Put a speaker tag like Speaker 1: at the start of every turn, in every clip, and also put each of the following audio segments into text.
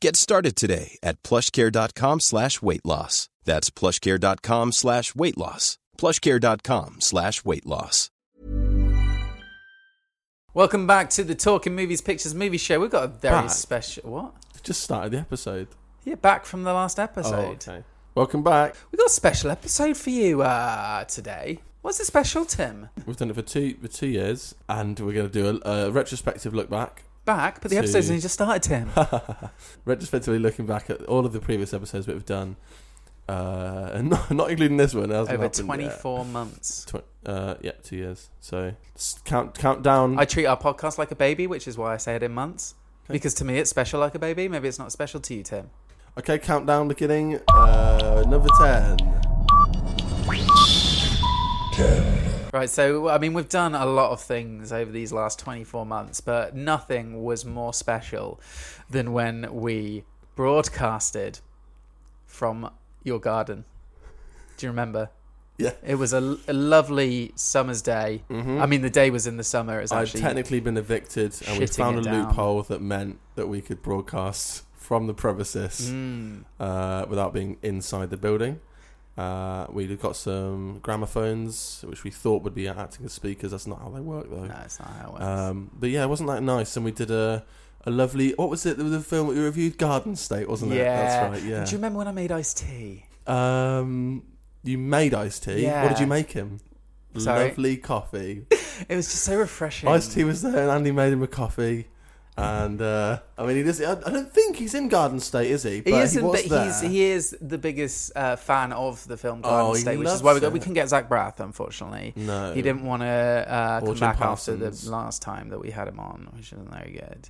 Speaker 1: Get started today at plushcare.com slash weight loss. That's plushcare.com slash weight loss. plushcare.com slash weight loss.
Speaker 2: Welcome back to the Talking Movies Pictures Movie Show. We've got a very
Speaker 3: Back?
Speaker 2: special. What?
Speaker 3: Just started the episode.
Speaker 2: Yeah, back from the last episode.
Speaker 3: Oh, okay. Welcome back.
Speaker 2: We've got a special episode for you uh, today. What's it special, Tim?
Speaker 3: We've done it for two for two years, and we're going to do a, a retrospective look back.
Speaker 2: Back, but the
Speaker 3: To-
Speaker 2: episode's only just started, Tim.
Speaker 3: Retrospectively looking back at all of the previous episodes we've done, uh, and not, not including this one. it hasn't
Speaker 2: Over
Speaker 3: happened yet.
Speaker 2: 24 months.
Speaker 3: Tw- uh, yeah, two years. So s- count count down.
Speaker 2: I treat our podcast like a baby, which is why I say it in months. Because to me, it's special like a baby. Maybe it's not special to you, Tim.
Speaker 3: Okay, countdown beginning. Uh, number ten.
Speaker 2: Right, so I mean, we've done a lot of things over these last 24 months, but nothing was more special than when we broadcasted from your garden. Do you remember?
Speaker 3: Yeah. Mm-hmm.
Speaker 2: It was a, a lovely summer's day. I mean, the day was in the summer. It's
Speaker 3: I've
Speaker 2: actually
Speaker 3: technically been evicted, and we
Speaker 2: shitting
Speaker 3: found a
Speaker 2: it down.
Speaker 3: loophole that meant that we could broadcast from the premises
Speaker 2: Hmm.
Speaker 3: uh, without being inside the building. Uh, we got some gramophones, which we thought would be acting as speakers. That's not how they work, though.
Speaker 2: No, it's not how it works.
Speaker 3: Um, but yeah, it wasn't that nice, and we did a a lovely. What was it? There was a film we reviewed, Garden State, wasn't
Speaker 2: yeah.
Speaker 3: it? That's right. Yeah.
Speaker 2: Do you remember when I made iced tea?
Speaker 3: Um, you made iced tea. What did
Speaker 2: Yeah.
Speaker 3: you make him?
Speaker 2: Sorry?
Speaker 3: Lovely coffee.
Speaker 2: It was just so refreshing.
Speaker 3: iced tea was there, and Andy made him a coffee. And uh, I mean, he does. I, I don't think he's in Garden State, is he?
Speaker 2: He isn't,
Speaker 3: was
Speaker 2: but he's
Speaker 3: there.
Speaker 2: he is the biggest uh, fan of the film Garden
Speaker 3: Oh, he
Speaker 2: State, which is
Speaker 3: loves
Speaker 2: why we got,
Speaker 3: it.
Speaker 2: we couldn't get Zach Braff, unfortunately.
Speaker 3: No.
Speaker 2: he didn't want to uh,
Speaker 3: Or
Speaker 2: come
Speaker 3: Jim
Speaker 2: back after
Speaker 3: Parsons.
Speaker 2: the last time that we had him on, which isn't very good.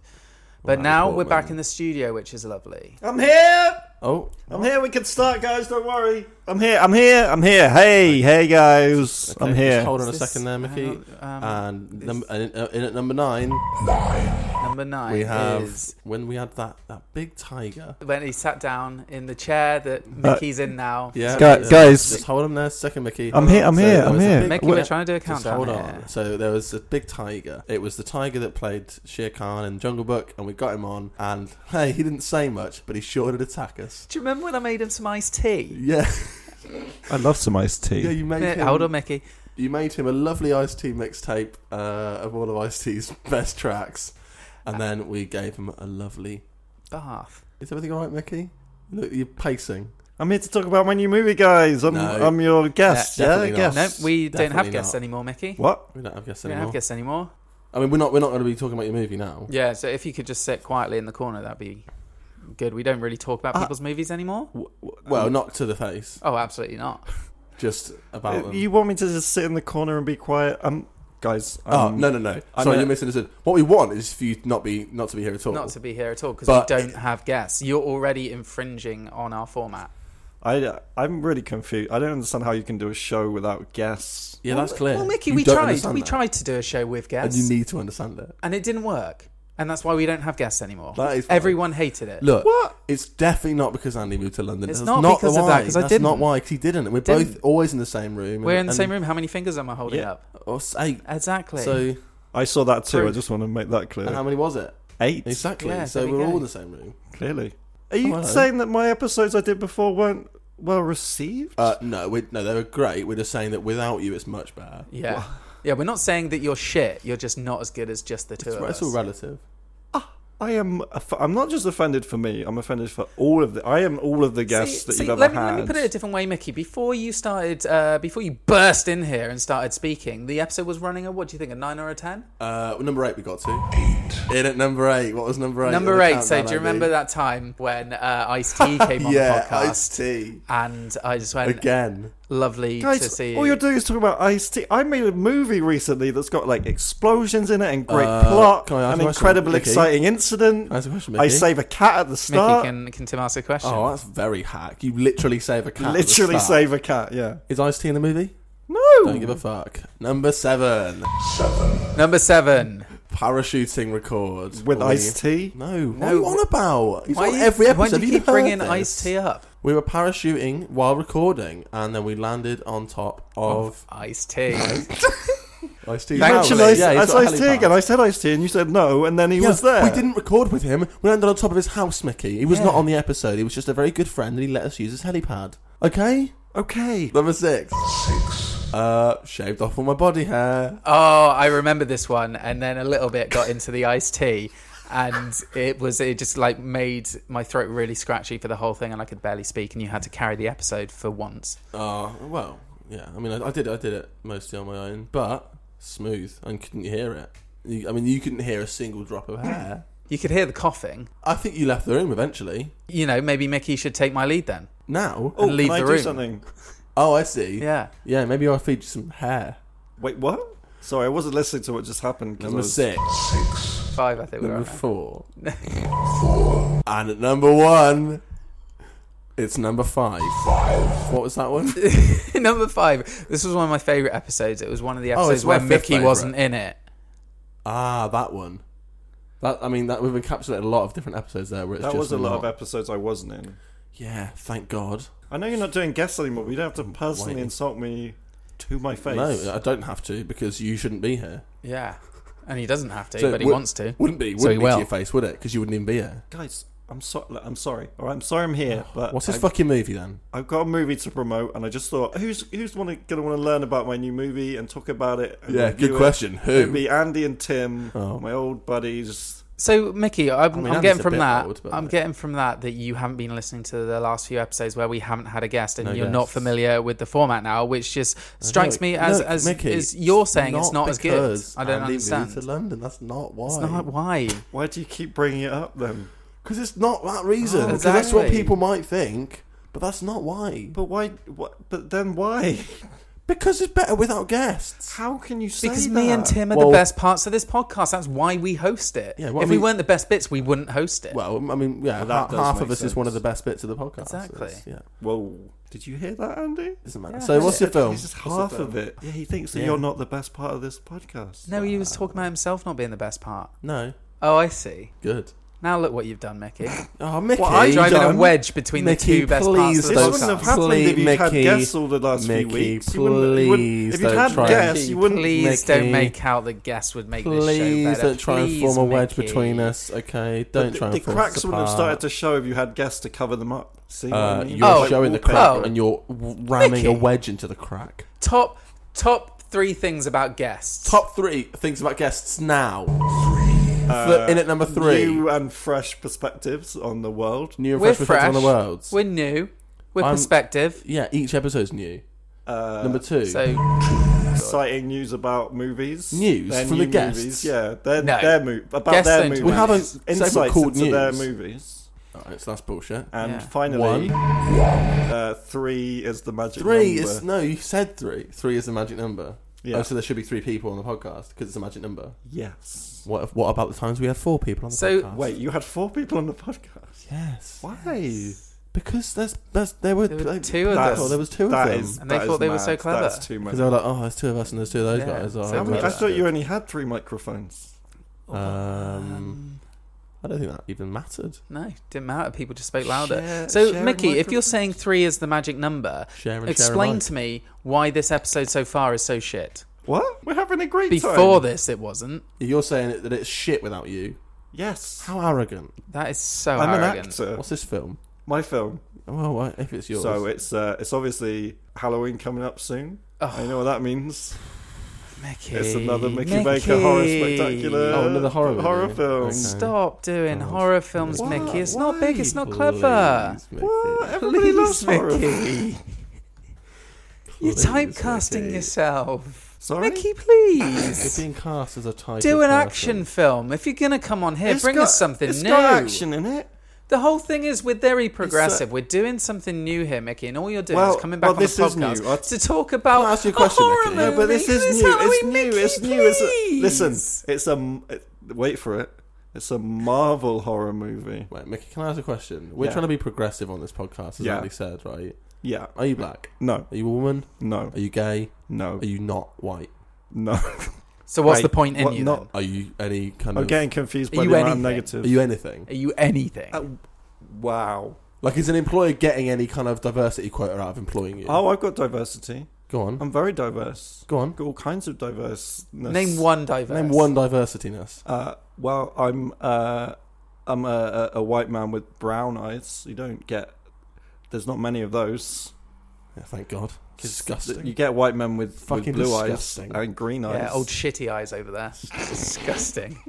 Speaker 2: But
Speaker 3: Natalie
Speaker 2: now we're
Speaker 3: Portman.
Speaker 2: back in the studio, which is lovely.
Speaker 4: I'm here.
Speaker 3: Oh,
Speaker 4: I'm here. We can start, guys. Don't worry. I'm here. I'm here. I'm here. Hey, hey, guys. I'm
Speaker 3: okay,
Speaker 4: here.
Speaker 3: Just hold on
Speaker 2: Is
Speaker 3: a
Speaker 2: this-
Speaker 3: second there, Mickey.
Speaker 2: hang on, um,
Speaker 3: and
Speaker 2: this-
Speaker 3: num- and, uh, in at number nine,
Speaker 2: Number nine
Speaker 3: we have
Speaker 2: is
Speaker 3: when we had that that big tiger.
Speaker 2: when he sat down in the chair that Mickey's in now.
Speaker 3: Uh, Yeah,
Speaker 4: Guy-
Speaker 3: yeah.
Speaker 4: guys.
Speaker 3: just hold on there, second, Mickey.
Speaker 4: I'm here. I'm
Speaker 3: So
Speaker 4: here.
Speaker 3: there
Speaker 4: I'm
Speaker 3: was a
Speaker 4: here.
Speaker 3: big-
Speaker 2: Mickey,
Speaker 3: Wait,
Speaker 2: we're trying to do a
Speaker 3: Just
Speaker 2: countdown.
Speaker 3: hold on.
Speaker 2: here.
Speaker 3: So there was a big tiger. It was the tiger that played Shere Khan in Jungle Book, and we got him on. And hey, he didn't say much, but he sure did attack us.
Speaker 2: Do you remember when I made him some iced tea?
Speaker 3: Yeah,
Speaker 4: I love some iced tea.
Speaker 3: yeah. You made him.
Speaker 2: Hold on, Mickey.
Speaker 3: You made him a lovely Ice Tea mixtape uh, of all of Ice T's best tracks, and then we gave him a lovely.
Speaker 2: Bath. Oh,
Speaker 3: Is everything all right, Mickey? Look, you're pacing.
Speaker 4: I'm here to talk about my new movie, guys. I'm
Speaker 3: No.
Speaker 4: I'm your guest.
Speaker 3: Yeah,
Speaker 4: Yeah,
Speaker 3: definitely
Speaker 4: guest.
Speaker 2: No, we don't
Speaker 3: Definitely
Speaker 2: have guests
Speaker 3: not.
Speaker 2: anymore, Mickey.
Speaker 4: What?
Speaker 3: We don't have guests
Speaker 2: We don't
Speaker 3: anymore.
Speaker 2: have guests anymore.
Speaker 3: I mean, we're not we're not going to be talking about your movie now.
Speaker 2: Yeah, so if you could just sit quietly in the corner, that'd be good. We don't really talk
Speaker 3: Uh,
Speaker 2: about people's movies anymore.
Speaker 3: Well, not to the face,
Speaker 2: Oh, absolutely not.
Speaker 3: just
Speaker 2: Uh,
Speaker 3: about them.
Speaker 4: Uh, You want me to just sit in the corner and be quiet? Um, guys.
Speaker 3: Oh
Speaker 4: um,
Speaker 3: no no no!
Speaker 4: I
Speaker 3: Sorry,
Speaker 4: know-
Speaker 3: you misunderstood. What we want is for you not be not to be here at all.
Speaker 2: Not to be here at all because
Speaker 3: oh. But-
Speaker 2: we don't have guests. You're already infringing on our format.
Speaker 4: I I'm really confused. I don't understand how you can do a show without guests.
Speaker 3: yeah, that's clear.
Speaker 2: Well, Mickey,
Speaker 3: You
Speaker 2: we
Speaker 3: don't
Speaker 2: tried.
Speaker 3: understand
Speaker 2: We
Speaker 3: that.
Speaker 2: tried to do a show with
Speaker 3: and
Speaker 2: guests,
Speaker 3: you
Speaker 2: and,
Speaker 3: need to understand it.
Speaker 2: it didn't work. And that's why we don't have guests anymore.
Speaker 3: That is fine.
Speaker 2: Everyone hated it.
Speaker 3: Look, it's definitely not because Andy moved to London.
Speaker 2: It's
Speaker 3: That's
Speaker 2: not because
Speaker 3: why.
Speaker 2: of that, 'cause I
Speaker 3: That's
Speaker 2: didn't.
Speaker 3: not why. Because he didn't. We're both
Speaker 2: Didn't.
Speaker 3: always in the same room.
Speaker 2: we're
Speaker 3: and-
Speaker 2: in the
Speaker 3: and-
Speaker 2: same room. How many fingers am I holding up?
Speaker 3: Or s- eight.
Speaker 2: Exactly.
Speaker 3: So,
Speaker 4: I saw that too. I
Speaker 2: True.
Speaker 4: just want to make that clear.
Speaker 3: and how many was it?
Speaker 4: Eight.
Speaker 3: Um, Exactly.
Speaker 2: Yeah,
Speaker 3: so
Speaker 2: there we
Speaker 3: we're
Speaker 2: go.
Speaker 3: all in the same room.
Speaker 4: Clearly. Are you
Speaker 3: Oh, hello.
Speaker 4: saying that my episodes I did before weren't well received?
Speaker 3: Uh, no, we, no, they were great. We're just saying that without you, it's much better.
Speaker 2: yeah. Yeah, we're not saying that you're shit. You're just not as good as just the two
Speaker 3: It's,
Speaker 2: of
Speaker 3: right,
Speaker 2: us.
Speaker 3: it's all relative.
Speaker 4: I am. aff- I'm not just offended for me. I'm offended for all of the. I am all of the guests
Speaker 2: See-
Speaker 4: that
Speaker 2: see,
Speaker 4: you've ever
Speaker 2: let me,
Speaker 4: had.
Speaker 2: Let me put it a different way, Mickey. Before you started, uh, before you burst in here and started speaking, the episode was running a what do you think, a nine or a ten?
Speaker 3: Uh, number eight, we got to. Eight. In at number eight. What was number eight?
Speaker 2: Number
Speaker 3: on the
Speaker 2: eight. So
Speaker 3: countdown,
Speaker 2: do you
Speaker 3: Andy?
Speaker 2: remember that time when uh, Ice T came on
Speaker 3: yeah,
Speaker 2: the podcast?
Speaker 3: Ice T.
Speaker 2: And I just went
Speaker 3: Again.
Speaker 2: lovely to
Speaker 4: Guys,
Speaker 2: see you.
Speaker 4: all you're doing is talking about iced tea. I made a movie recently that's got like explosions in it and great
Speaker 3: Uh,
Speaker 4: plot,
Speaker 3: can I ask
Speaker 4: an
Speaker 3: a question,
Speaker 4: incredible,
Speaker 3: Mickey?
Speaker 4: exciting incident.
Speaker 3: Can I ask a question,
Speaker 4: I
Speaker 3: Mickey?
Speaker 4: save a cat at the
Speaker 2: Mickey,
Speaker 4: start.
Speaker 2: can can Tim ask a question?
Speaker 3: Oh, that's very hack. You literally save a cat. at the
Speaker 4: Literally
Speaker 3: start.
Speaker 4: save a cat. Yeah.
Speaker 3: Is Ice T in the movie? Don't give a fuck. Number seven.
Speaker 2: Number seven.
Speaker 3: Parachuting record. Or
Speaker 4: With
Speaker 3: when
Speaker 4: iced
Speaker 3: you-
Speaker 4: tea?
Speaker 3: No. What are you on about? He's
Speaker 2: Why,
Speaker 3: on
Speaker 2: you-
Speaker 3: every episode.
Speaker 2: why do
Speaker 3: Have
Speaker 2: you
Speaker 3: you
Speaker 2: keep bringing
Speaker 3: Ice
Speaker 2: Ice T up?
Speaker 3: We were parachuting while recording, and then we landed on top of
Speaker 2: Ice T.
Speaker 3: Ice T.
Speaker 4: Mention
Speaker 2: Thankfully,
Speaker 4: iced, that's iced tea again. I said iced tea, and you said no, and then he was there.
Speaker 3: We didn't record with him. We landed on top of his house, Mickey. He was not on the episode. He was just a very good friend, and he let us use his helipad. Okay.
Speaker 4: Okay.
Speaker 3: Number six. Six. Uh, shaved off all my body hair.
Speaker 2: Oh, I remember this one, and then a little bit got into the iced tea, and it was it just like made my throat really scratchy for the whole thing, and I could barely speak, and you had to carry the episode for once.
Speaker 3: Oh well, yeah. I mean, I, I did. I did it mostly on my own, but smooth and couldn't hear it. You, I mean, you couldn't hear a single drop of hair.
Speaker 2: You could hear the coughing.
Speaker 3: I think you left the room eventually.
Speaker 2: You know, maybe Mickey should take my lead then.
Speaker 3: Now,
Speaker 4: Oh,
Speaker 3: oh,
Speaker 2: leave
Speaker 4: can I
Speaker 2: the
Speaker 4: do
Speaker 2: room.
Speaker 4: something?
Speaker 3: oh, I see.
Speaker 2: Yeah.
Speaker 3: yeah. Maybe I'll feed you some hair.
Speaker 4: Wait, what? Sorry, I wasn't listening to what just happened. 'cause I
Speaker 3: Number
Speaker 4: was-
Speaker 3: six,
Speaker 2: Five, I think we were.
Speaker 3: number
Speaker 2: on.
Speaker 3: four, and at number one, it's number five. Five. What was that one?
Speaker 2: number five. This was one of my favorite episodes. It was one of the
Speaker 3: Oh,
Speaker 2: episodes
Speaker 3: it's my
Speaker 2: where
Speaker 3: fifth
Speaker 2: Mickey
Speaker 3: favourite.
Speaker 2: wasn't in it.
Speaker 3: ah, that one. That I mean, that we've encapsulated a lot of different episodes there. Where it's
Speaker 4: That
Speaker 3: just
Speaker 4: was a lot of
Speaker 3: not-
Speaker 4: episodes I wasn't in.
Speaker 3: Yeah, thank God.
Speaker 4: I know you're not doing guests anymore, but you don't have to personally
Speaker 3: Wait.
Speaker 4: insult me to my face.
Speaker 3: No, I don't have to because you shouldn't be here.
Speaker 2: Yeah, and he doesn't have to,
Speaker 3: So
Speaker 2: but he
Speaker 3: would-
Speaker 2: wants to.
Speaker 3: Wouldn't be. Wouldn't
Speaker 2: So he
Speaker 3: be
Speaker 2: will.
Speaker 3: to your face, would it? Because you wouldn't even be here.
Speaker 4: Guys, I'm sorry. I'm sorry. All right, I'm sorry. I'm here,
Speaker 2: Uh,
Speaker 4: but
Speaker 3: What's
Speaker 4: I,
Speaker 3: his fucking movie then?
Speaker 4: I've got a movie to promote, and I just thought, who's who's wanna, gonna want to learn about my new movie and talk about it? and
Speaker 3: Yeah,
Speaker 4: review
Speaker 3: good
Speaker 4: it?
Speaker 3: question. Who? Oh.
Speaker 4: It'd be Andy and Tim, my old buddies.
Speaker 2: So, Mickey, I'm, I
Speaker 3: mean,
Speaker 2: am
Speaker 3: Andy's
Speaker 2: getting
Speaker 3: a
Speaker 2: from
Speaker 3: bit
Speaker 2: that.
Speaker 3: old, but-
Speaker 2: I'm getting from that that you haven't been listening to the last few episodes where we haven't had a guest, and you're not
Speaker 3: guests.
Speaker 2: familiar with the format now, which just strikes
Speaker 3: Look,
Speaker 2: me as
Speaker 3: look,
Speaker 2: as,
Speaker 3: Mickey,
Speaker 2: as you're saying it's not as good.
Speaker 3: because
Speaker 2: I don't
Speaker 3: Andy Moved to
Speaker 2: understand.
Speaker 3: London. That's not why.
Speaker 2: It's not why.
Speaker 4: Why do you keep bringing it up then?
Speaker 3: Because it's not that reason.
Speaker 2: Oh,
Speaker 3: 'Cause that's what
Speaker 2: exactly.
Speaker 3: people might think, but that's not why.
Speaker 4: But why? What, but then why?
Speaker 3: Because it's better without guests.
Speaker 4: How can you say
Speaker 2: Because
Speaker 4: that?
Speaker 2: me and Tim are the
Speaker 3: Well-
Speaker 2: best parts of this podcast. That's why we host it.
Speaker 3: Yeah, well,
Speaker 2: if
Speaker 3: I
Speaker 2: we
Speaker 3: mean-
Speaker 2: weren't the best bits, we wouldn't host it.
Speaker 3: Well, I mean, yeah,
Speaker 4: Well, that
Speaker 3: ha-
Speaker 4: does
Speaker 3: half
Speaker 4: make
Speaker 3: of us
Speaker 4: sense.
Speaker 3: is one of the best bits of the podcast. so
Speaker 2: Exactly.
Speaker 3: it's- yeah,
Speaker 4: Whoa! Did you hear that, Andy?
Speaker 3: doesn't matter. so, what's your film?
Speaker 4: He's just half of it. Yeah, he thinks that
Speaker 3: Yeah.
Speaker 4: you're not the best part of this podcast.
Speaker 2: no, he was
Speaker 3: uh,
Speaker 2: talking about himself not being the best part.
Speaker 3: No,
Speaker 2: Oh, I see.
Speaker 3: good.
Speaker 2: Now look what you've done, Mickey.
Speaker 3: Oh, Mickey,
Speaker 4: Well, I-
Speaker 2: Driving
Speaker 3: done.
Speaker 2: a wedge between
Speaker 3: Mickey,
Speaker 2: the two best parts of the
Speaker 3: please don't
Speaker 4: This
Speaker 2: podcast.
Speaker 4: wouldn't have
Speaker 3: stop.
Speaker 4: happened if you'd had
Speaker 3: Mickey,
Speaker 4: guests all the last
Speaker 3: Mickey,
Speaker 4: few weeks. You wouldn't- you wouldn't-
Speaker 3: please
Speaker 4: if you'd
Speaker 3: don't
Speaker 4: had
Speaker 3: try
Speaker 4: guests,
Speaker 3: and-
Speaker 4: you wouldn't.
Speaker 2: Please
Speaker 3: Mickey.
Speaker 2: don't make out that guests would make this show
Speaker 3: Please
Speaker 2: better.
Speaker 3: don't try and
Speaker 2: Please,
Speaker 3: form a wedge
Speaker 2: Mickey.
Speaker 3: between us, okay?
Speaker 4: The-
Speaker 3: Don't
Speaker 4: the,
Speaker 3: try and
Speaker 4: the
Speaker 3: form
Speaker 4: cracks
Speaker 3: us
Speaker 4: wouldn't have started
Speaker 3: apart.
Speaker 4: to show if you had guests to cover them up. See, what I
Speaker 3: Uh,
Speaker 4: mean?
Speaker 3: you're
Speaker 2: Oh,
Speaker 3: showing the
Speaker 4: wallpaper.
Speaker 3: crack,
Speaker 2: oh.
Speaker 3: and you're w- ramming
Speaker 2: Mickey.
Speaker 3: a wedge into the crack.
Speaker 2: Top top three things about guests.
Speaker 3: Top three things about guests now. Th- in at number three,
Speaker 4: Uh, New and fresh perspectives on the world.
Speaker 3: new and
Speaker 2: We're
Speaker 3: fresh,
Speaker 2: fresh.
Speaker 3: perspectives on the world.
Speaker 2: We're new. We're
Speaker 3: I'm-
Speaker 2: perspective.
Speaker 3: Yeah, each episode's new.
Speaker 4: Uh,
Speaker 3: number two,
Speaker 2: So
Speaker 4: Exciting news about movies.
Speaker 3: News
Speaker 4: Their
Speaker 3: from
Speaker 4: new
Speaker 3: the guests.
Speaker 4: Movies. Yeah, their,
Speaker 2: No.
Speaker 4: their mo- about
Speaker 2: Guests
Speaker 4: their
Speaker 2: don't
Speaker 4: movies.
Speaker 2: do We
Speaker 3: haven't- this. it's not
Speaker 4: insights
Speaker 3: called
Speaker 4: into their
Speaker 3: news.
Speaker 4: movies.
Speaker 3: Alright, so that's bullshit.
Speaker 4: And
Speaker 2: Yeah.
Speaker 3: One.
Speaker 4: finally, uh, three is the magic
Speaker 3: Three
Speaker 4: number.
Speaker 3: is no, you said three. Three is the magic number.
Speaker 4: Yeah.
Speaker 3: Oh, so there should be three people on the podcast because it's a magic number.
Speaker 4: yes.
Speaker 3: What? if- What about the times we had four people on the
Speaker 2: So-
Speaker 3: podcast?
Speaker 4: Wait, you had four people on the podcast.
Speaker 3: yes.
Speaker 4: Why?
Speaker 3: Because there's, there's there were,
Speaker 2: There were two of
Speaker 3: that's-
Speaker 2: them.
Speaker 3: There was two of
Speaker 4: That
Speaker 3: them.
Speaker 4: is-
Speaker 2: And they
Speaker 4: that is
Speaker 2: thought they were
Speaker 4: mad.
Speaker 2: so clever.
Speaker 4: That's too much.
Speaker 3: Because they were like, oh, there's two of us and there's two of those
Speaker 2: Yeah.
Speaker 3: guys.
Speaker 2: So
Speaker 3: Oh, I
Speaker 2: how
Speaker 3: remember
Speaker 2: many-
Speaker 4: I
Speaker 3: that.
Speaker 4: thought you only had three microphones.
Speaker 3: Um, I don't think that even mattered.
Speaker 2: no, didn't matter. People just spoke louder.
Speaker 4: Share-
Speaker 2: so
Speaker 4: share
Speaker 2: Mickey, if you're
Speaker 4: microphones.
Speaker 2: saying three is the magic number,
Speaker 3: Share and share
Speaker 2: explain
Speaker 3: alike.
Speaker 2: to me why this episode so far is so shit.
Speaker 4: What? We're having a great time.
Speaker 2: Before this, it wasn't.
Speaker 3: You're saying it- that it's shit without you.
Speaker 4: Yes.
Speaker 3: How arrogant.
Speaker 2: That is so
Speaker 4: I'm an
Speaker 2: arrogant.
Speaker 4: actor.
Speaker 3: What's this film?
Speaker 4: My film.
Speaker 3: Well, what if it's yours?
Speaker 2: Oh.
Speaker 4: So it's uh, it's obviously Halloween coming up soon. I know what that means.
Speaker 2: Mickey.
Speaker 4: It's another Mickey, Baker horror spectacular.
Speaker 3: Oh, another horror
Speaker 4: horror
Speaker 3: video.
Speaker 4: film.
Speaker 3: Okay.
Speaker 2: Stop doing
Speaker 3: God.
Speaker 2: horror films,
Speaker 4: Why-
Speaker 2: Mickey. It's
Speaker 4: why?
Speaker 2: not big. It's not clever.
Speaker 3: Please, Mickey.
Speaker 4: What? Everybody
Speaker 2: Please,
Speaker 4: loves horror.
Speaker 2: Mickey. You're
Speaker 3: Please,
Speaker 2: typecasting
Speaker 3: Mickey.
Speaker 2: yourself.
Speaker 4: Sorry?
Speaker 2: Mickey,
Speaker 3: You're
Speaker 2: please.
Speaker 3: being cast as a type.
Speaker 2: Do
Speaker 3: of
Speaker 2: an
Speaker 3: person.
Speaker 2: action film. If you're going to come on here,
Speaker 4: It's
Speaker 2: bring
Speaker 4: got-
Speaker 2: us something
Speaker 4: it's
Speaker 2: new.
Speaker 4: got action in it.
Speaker 2: The whole thing is we're very progressive.
Speaker 4: It's a-
Speaker 2: We're doing something new here, Mickey, and all you're doing
Speaker 4: Well-
Speaker 2: is coming back
Speaker 4: well,
Speaker 2: on the
Speaker 4: this is new.
Speaker 2: podcast
Speaker 4: I-
Speaker 2: to talk about
Speaker 3: Can I ask you a question,
Speaker 2: a horror
Speaker 3: Mickey?
Speaker 2: movie.
Speaker 3: No,
Speaker 4: but this is new. It's
Speaker 2: Halloween,
Speaker 4: new.
Speaker 2: Mickey,
Speaker 4: it's new. It's a,
Speaker 2: please.
Speaker 4: listen. It's a. m- it- Wait for it. It's a Marvel horror movie.
Speaker 3: Wait, Mickey, can I ask a question? We're
Speaker 4: Yeah.
Speaker 3: trying to be progressive on this podcast, as
Speaker 4: Yeah.
Speaker 3: Andy said, right?
Speaker 4: Yeah.
Speaker 3: Are you black?
Speaker 4: No.
Speaker 3: Are you a woman?
Speaker 4: No.
Speaker 3: Are you gay?
Speaker 4: No.
Speaker 3: Are you not white?
Speaker 4: No.
Speaker 2: So what's
Speaker 4: Wait,
Speaker 2: the point in
Speaker 4: what-
Speaker 2: you?
Speaker 4: not-
Speaker 2: then?
Speaker 3: Are you any kind
Speaker 4: I'm
Speaker 3: of?
Speaker 4: getting confused
Speaker 2: Are
Speaker 4: by
Speaker 2: you
Speaker 4: the amount of
Speaker 2: anything?
Speaker 3: Are
Speaker 4: negatives.
Speaker 3: you anything?
Speaker 2: Are you anything?
Speaker 4: Uh, wow.
Speaker 3: Like, is an employer getting any kind of diversity quota out of employing you?
Speaker 4: Oh, I've got diversity.
Speaker 3: go on,
Speaker 4: I'm very diverse.
Speaker 3: go on.
Speaker 4: Got all kinds of diverseness.
Speaker 2: Name one diverse.
Speaker 3: Name one diversityness.
Speaker 4: Uh, well, I'm uh, I'm a, a, a white man with brown eyes. You don't get. There's not many of those.
Speaker 3: Yeah, thank God. Disgusting.
Speaker 4: You get white men with,
Speaker 3: Fucking
Speaker 4: with blue
Speaker 3: disgusting.
Speaker 4: eyes and green eyes.
Speaker 2: Yeah, old shitty eyes over there. Disgusting.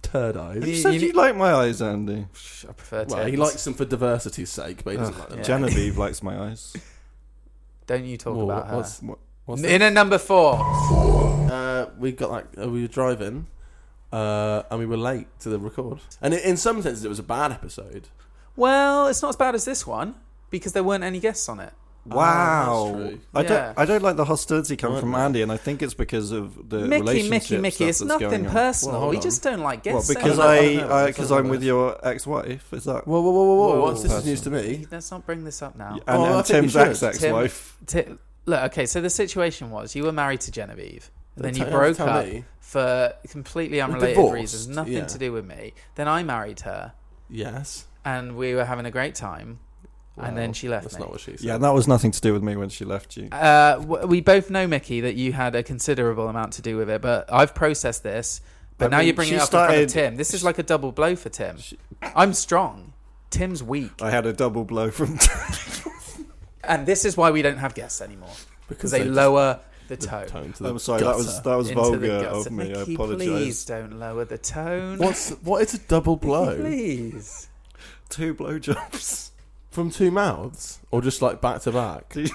Speaker 3: turd
Speaker 4: you
Speaker 3: eyes.
Speaker 4: said
Speaker 2: you-
Speaker 4: you, like my eyes, Andy.
Speaker 2: I prefer to.
Speaker 3: Well, he likes them for diversity's sake, but he doesn't like them.
Speaker 2: yeah.
Speaker 4: Genevieve likes my eyes.
Speaker 2: Don't you talk
Speaker 3: Well,
Speaker 2: about her.
Speaker 3: what's-
Speaker 4: What?
Speaker 3: what's
Speaker 2: In at number four.
Speaker 3: uh, we got like uh, we were driving, uh, and we were late to the record. And i- in some senses, it was a bad episode.
Speaker 2: Well, it's not as bad as this one because there weren't any guests on it.
Speaker 4: Wow.
Speaker 3: true.
Speaker 4: I
Speaker 2: Ah, Yeah.
Speaker 4: don't. I don't like the hostility coming
Speaker 3: Weren't
Speaker 4: from
Speaker 3: they?
Speaker 4: Andy, and I think it's because of
Speaker 3: uh,
Speaker 4: the
Speaker 2: Mickey,
Speaker 4: relationship
Speaker 2: Mickey, Mickey.
Speaker 4: stuff
Speaker 2: It's
Speaker 4: that's
Speaker 2: nothing
Speaker 4: going on.
Speaker 2: personal.
Speaker 3: Well, hold
Speaker 2: we
Speaker 3: on.
Speaker 2: just don't like
Speaker 4: Well,
Speaker 2: guests. so
Speaker 4: because
Speaker 3: I don't know,
Speaker 4: I,
Speaker 3: it's
Speaker 4: because
Speaker 3: not
Speaker 4: I'm with
Speaker 3: nice.
Speaker 4: your ex-wife. Is that?
Speaker 3: Whoa, whoa, whoa, whoa, whoa!
Speaker 4: Whoa,
Speaker 3: what's- this is
Speaker 4: person.
Speaker 3: news to me.
Speaker 2: Let's not bring this up now.
Speaker 4: and
Speaker 3: Oh, I
Speaker 4: and
Speaker 3: think we
Speaker 4: Tim's
Speaker 3: should.
Speaker 4: ex-ex-wife.
Speaker 2: Tim, look, okay, so the situation was you were married to Genevieve, and then you
Speaker 3: Tell-
Speaker 2: broke
Speaker 3: tell
Speaker 2: up
Speaker 3: me.
Speaker 2: for completely unrelated
Speaker 3: divorced,
Speaker 2: reasons, nothing
Speaker 3: yeah.
Speaker 2: to do with me. Then I married her,
Speaker 3: Yes.
Speaker 2: and we were having a great time, and then
Speaker 3: Well,
Speaker 2: she left
Speaker 3: That's
Speaker 2: me.
Speaker 3: not what she said.
Speaker 4: Yeah, and that was nothing to do with me when she left you.
Speaker 2: Uh, w- we both know, Mickey, that you had a considerable amount to do with it, but I've processed this. But
Speaker 4: I
Speaker 2: now
Speaker 4: mean,
Speaker 2: you're bringing
Speaker 4: she
Speaker 2: it up in front of
Speaker 4: started-
Speaker 2: Tim. This is like a double blow for Tim. I'm strong. Tim's weak.
Speaker 4: I had a double blow from.
Speaker 2: And this is why we don't have guests anymore because they,
Speaker 3: they just-
Speaker 2: lower the, tone.
Speaker 3: Tone to the
Speaker 4: I'm sorry, that was
Speaker 3: gutter.
Speaker 4: that was
Speaker 2: into the
Speaker 4: vulgar
Speaker 2: gutter.
Speaker 4: of me. I
Speaker 2: Mickey, Please
Speaker 4: apologise.
Speaker 2: don't lower the tone.
Speaker 3: What's what? It's a double blow
Speaker 2: Please.
Speaker 4: Two blowjobs.
Speaker 3: from two mouths, or just like back to back.
Speaker 4: Do you-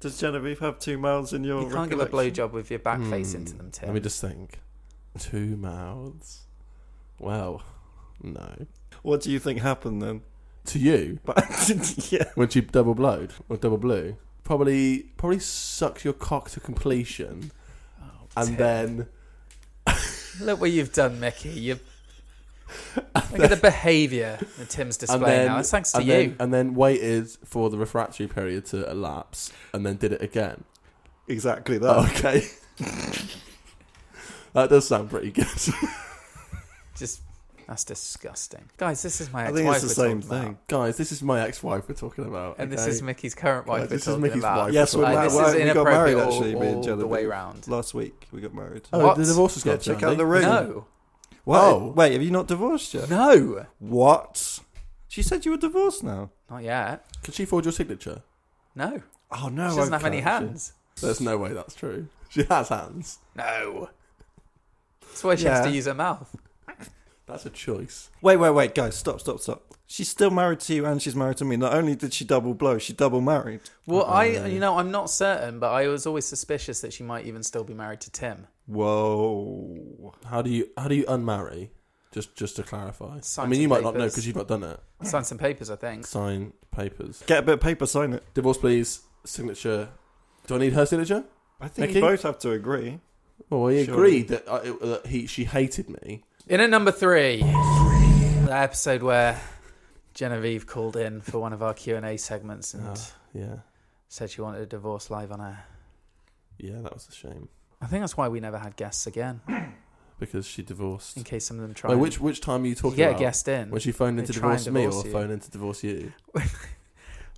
Speaker 4: Does Genevieve have two mouths in your?
Speaker 2: You can't give a
Speaker 4: recollection?
Speaker 2: blowjob with your back face into them,
Speaker 3: Hmm. Let me
Speaker 2: Tim.
Speaker 3: just think. Two mouths. Well, no.
Speaker 4: What do you think happened then?
Speaker 3: To you,
Speaker 4: But yeah,
Speaker 3: when she double blowed or double blew, probably probably sucked your cock to completion, and then
Speaker 2: Look what you've done, Mickey. You look at the behaviour that Tim's
Speaker 3: and
Speaker 2: displaying
Speaker 3: then
Speaker 2: now. It's thanks to
Speaker 3: and
Speaker 2: you.
Speaker 3: then, and then waited for the refractory period to elapse, and then did it again.
Speaker 4: exactly that.
Speaker 3: Okay. That does sound pretty good.
Speaker 2: Just that's disgusting, guys. This is my
Speaker 4: I
Speaker 2: ex-wife.
Speaker 4: think it's the
Speaker 2: we're
Speaker 4: same
Speaker 2: talking about.
Speaker 4: thing.
Speaker 3: Guys, this is my ex-wife we're talking about.
Speaker 2: and this
Speaker 3: okay?
Speaker 2: is Mickey's current wife.
Speaker 3: Guys,
Speaker 2: we're
Speaker 3: this is
Speaker 2: talking
Speaker 3: Mickey's
Speaker 2: about.
Speaker 3: wife.
Speaker 4: Yes, we're
Speaker 2: Like,
Speaker 4: mar-
Speaker 2: this
Speaker 4: well,
Speaker 2: is
Speaker 4: we got married
Speaker 2: inappropriate all-
Speaker 4: actually. me and
Speaker 2: all the
Speaker 4: Genevieve.
Speaker 2: way round.
Speaker 4: Last week we got married.
Speaker 3: Oh,
Speaker 2: What?
Speaker 3: the divorce has got
Speaker 4: Yeah,
Speaker 3: to
Speaker 4: check
Speaker 3: Andy.
Speaker 4: out the ring.
Speaker 2: No,
Speaker 4: What?
Speaker 3: Oh.
Speaker 4: Wait, have you not divorced yet?
Speaker 2: no,
Speaker 4: What? She said you were divorced now.
Speaker 2: not yet.
Speaker 3: Can she forge your signature?
Speaker 2: No, she
Speaker 4: Oh no,
Speaker 2: doesn't have
Speaker 4: okay.
Speaker 2: any hands.
Speaker 3: There's no way that's true. She has hands.
Speaker 2: No, that's why she has to
Speaker 4: Yeah.
Speaker 2: use her mouth.
Speaker 3: That's a choice.
Speaker 4: Wait, wait, wait, guys, stop, stop, stop. She's still married to you, and she's married to me. Not only did she double blow, she double married.
Speaker 2: Well, I, you know, I'm not certain, but I was always suspicious that she might even still be married to Tim.
Speaker 4: Whoa.
Speaker 3: How do you how do you unmarry? Just just to clarify.
Speaker 2: Sign
Speaker 3: I mean, you
Speaker 2: some
Speaker 3: might not know
Speaker 2: papers.
Speaker 3: because you've not done it.
Speaker 2: Sign some papers, I think.
Speaker 3: Sign papers.
Speaker 4: Get a bit of paper, sign it.
Speaker 3: Divorce, please. Signature. Do I need her signature?
Speaker 4: I think
Speaker 3: Mickey?
Speaker 4: you both have to agree.
Speaker 3: Well, we
Speaker 4: Sure.
Speaker 3: agreed that, I, that he she hated me.
Speaker 2: In at number three, the episode where Genevieve called in for one of our Q and A segments and
Speaker 3: Uh-huh. Ah, Yeah,
Speaker 2: said she wanted a divorce live on air.
Speaker 3: yeah, that was a shame
Speaker 2: I think that's why we never had guests again,
Speaker 3: because she divorced.
Speaker 2: in case some of them tried.
Speaker 3: Wait, which which time are you talking
Speaker 2: Yeah,
Speaker 3: about?
Speaker 2: guessed in.
Speaker 3: When she phoned in
Speaker 2: They
Speaker 3: to
Speaker 2: try and
Speaker 3: divorce me
Speaker 2: divorce
Speaker 3: or
Speaker 2: you.
Speaker 3: phoned in to divorce you?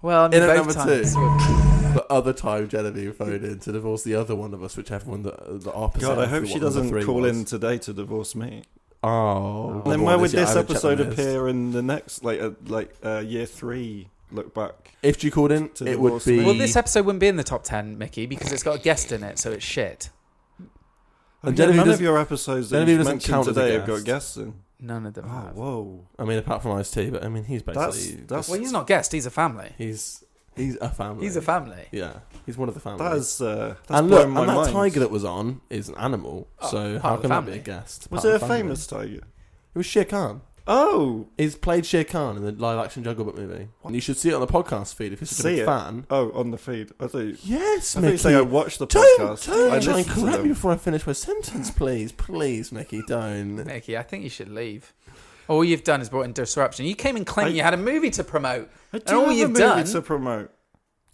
Speaker 2: well, I mean,
Speaker 3: In at
Speaker 2: both
Speaker 3: number two.
Speaker 2: times were-
Speaker 3: The other time Genevieve phoned in to divorce the other one of us, which everyone the, the opposite.
Speaker 4: God, I
Speaker 3: of
Speaker 4: hope
Speaker 3: the
Speaker 4: she
Speaker 3: one- number
Speaker 4: doesn't
Speaker 3: three
Speaker 4: call
Speaker 3: was.
Speaker 4: in today to divorce me.
Speaker 3: Oh,
Speaker 4: then
Speaker 3: well,
Speaker 4: where
Speaker 3: this
Speaker 4: would
Speaker 3: year I
Speaker 4: this
Speaker 3: haven't checked the
Speaker 4: episode
Speaker 3: list.
Speaker 4: appear in the next, like, uh, like uh, year three? Look back.
Speaker 3: If she called in,
Speaker 4: To
Speaker 3: it would
Speaker 4: divorce
Speaker 3: be.
Speaker 4: me.
Speaker 2: Well, this episode wouldn't be in the top ten, Mickey, because it's got a guest in it, so it's shit.
Speaker 3: And
Speaker 4: Yeah,
Speaker 3: Genevieve
Speaker 4: none of
Speaker 3: doesn't-
Speaker 4: your episodes that
Speaker 3: Genevieve
Speaker 4: you
Speaker 3: doesn't
Speaker 4: mentioned
Speaker 3: count as a
Speaker 4: today have got
Speaker 3: guest.
Speaker 4: guests in.
Speaker 2: None of them.
Speaker 4: Oh,
Speaker 2: have.
Speaker 4: whoa.
Speaker 3: I mean, apart from Ice T, but I mean, he's
Speaker 4: That's
Speaker 3: basically
Speaker 4: that's
Speaker 2: Well, he's not guest. He's a family.
Speaker 3: he's he's a family.
Speaker 2: He's a family.
Speaker 3: Yeah, he's one of the family.
Speaker 4: that is uh, that's
Speaker 3: and look,
Speaker 4: blown
Speaker 3: and
Speaker 4: my
Speaker 3: that
Speaker 4: mind.
Speaker 3: tiger that was on is an animal.
Speaker 2: Oh,
Speaker 3: so
Speaker 2: part
Speaker 3: how
Speaker 2: of the
Speaker 3: can that be a
Speaker 2: family.
Speaker 3: guest?
Speaker 4: was
Speaker 3: Part
Speaker 4: it a
Speaker 3: of the family.
Speaker 4: famous tiger?
Speaker 3: It was Shere Khan.
Speaker 4: Oh,
Speaker 3: He's played Shere Khan in the live-action Junglebuck movie, and you should see it on the podcast feed if you're such a
Speaker 4: See
Speaker 3: big
Speaker 4: it?
Speaker 3: fan.
Speaker 4: oh, on the feed. I thought you,
Speaker 3: Yes,
Speaker 4: I thought
Speaker 3: Mickey.
Speaker 4: you say I watched the
Speaker 3: don't,
Speaker 4: podcast.
Speaker 3: don't try
Speaker 4: I
Speaker 3: and
Speaker 4: listened to
Speaker 3: correct me
Speaker 4: them.
Speaker 3: before I finish my sentence, please, please, Mickey, don't.
Speaker 2: Mickey, I think you should leave. All you've done is brought in disruption. You came and claimed
Speaker 4: I-
Speaker 2: you had a movie to promote.
Speaker 4: I
Speaker 2: and
Speaker 4: do
Speaker 2: all
Speaker 4: have a
Speaker 2: you've
Speaker 4: movie
Speaker 2: done.
Speaker 4: to promote.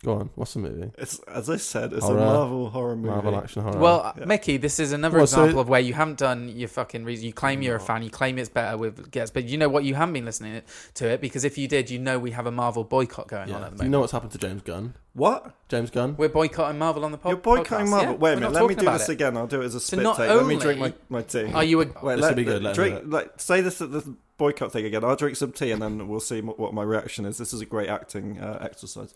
Speaker 3: Go on, what's the movie?
Speaker 4: It's as I said, it's
Speaker 3: Horror.
Speaker 4: a Marvel horror movie.
Speaker 3: Marvel action horror.
Speaker 2: Well, Mickey, this is another
Speaker 3: Well, so-
Speaker 2: example of where you haven't done your fucking reason. You claim you're a fan, you claim it's better with guests, but you know what? You haven't been listening it- to it because if you did, you know we have a Marvel boycott going on
Speaker 3: yeah.
Speaker 2: at the
Speaker 3: you
Speaker 2: moment.
Speaker 3: know what's happened to James Gunn?
Speaker 4: What?
Speaker 3: James Gunn.
Speaker 2: We're boycotting Marvel on the podcast.
Speaker 4: You're boycotting Marvel. Wait a minute. Let me do this again. I'll do it as a spit
Speaker 2: not
Speaker 4: take. Let me drink my,
Speaker 2: only
Speaker 4: my tea.
Speaker 2: Are you a-
Speaker 4: Wait,
Speaker 3: This
Speaker 4: let,
Speaker 3: will be good, let him
Speaker 4: drink,
Speaker 3: do it.
Speaker 4: like, say this this boycott thing again. I'll drink some tea and then we'll see what, what my reaction is. This is a great acting uh, exercise.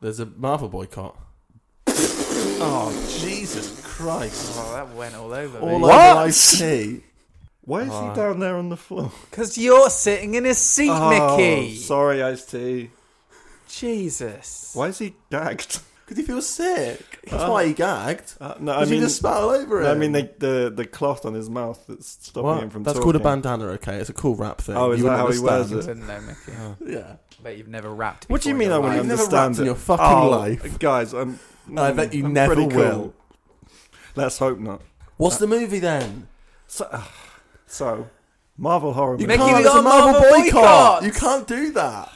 Speaker 3: There's a Marvel boycott. oh Jesus Christ!
Speaker 2: Oh, that went all over.
Speaker 3: All
Speaker 2: me.
Speaker 3: over Ice T.
Speaker 4: Why is
Speaker 3: Uh,
Speaker 4: he down there on the floor?
Speaker 2: Because you're sitting in his seat, Mickey.
Speaker 4: Oh, sorry, Ice T.
Speaker 2: Jesus.
Speaker 4: Why is he gagged?
Speaker 3: Because he feels sick. That's why he gagged.
Speaker 4: Uh, no, I
Speaker 3: 'Cause
Speaker 4: mean,
Speaker 3: he just spat all over it.
Speaker 4: I mean the, the the cloth on his mouth that's stopping him from
Speaker 3: That's
Speaker 4: talking.
Speaker 3: called a bandana. Okay, it's a cool rap thing.
Speaker 4: Oh, is
Speaker 3: You
Speaker 4: that
Speaker 3: wouldn't
Speaker 4: how he wears
Speaker 2: I didn't
Speaker 3: understand.
Speaker 2: know, Mickey.
Speaker 3: Yeah.
Speaker 2: But you've never rapped.
Speaker 4: What do you
Speaker 2: before
Speaker 4: mean?
Speaker 2: in
Speaker 4: I
Speaker 2: your
Speaker 4: wouldn't
Speaker 2: life?
Speaker 3: You've never
Speaker 4: understand
Speaker 3: rapped
Speaker 4: it
Speaker 3: in your fucking
Speaker 4: Oh,
Speaker 3: life.
Speaker 4: guys. I'm.
Speaker 3: I bet you
Speaker 4: I'm
Speaker 3: never
Speaker 4: pretty cool.
Speaker 3: will.
Speaker 4: Let's hope not.
Speaker 3: What's the movie then?
Speaker 4: So, so Marvel horror.
Speaker 3: You
Speaker 4: Movie.
Speaker 2: Mickey,
Speaker 3: can't.
Speaker 2: we
Speaker 3: It's
Speaker 2: got
Speaker 3: a
Speaker 2: a Marvel
Speaker 3: Marvel, boycott.
Speaker 2: boycott.
Speaker 3: You can't do that.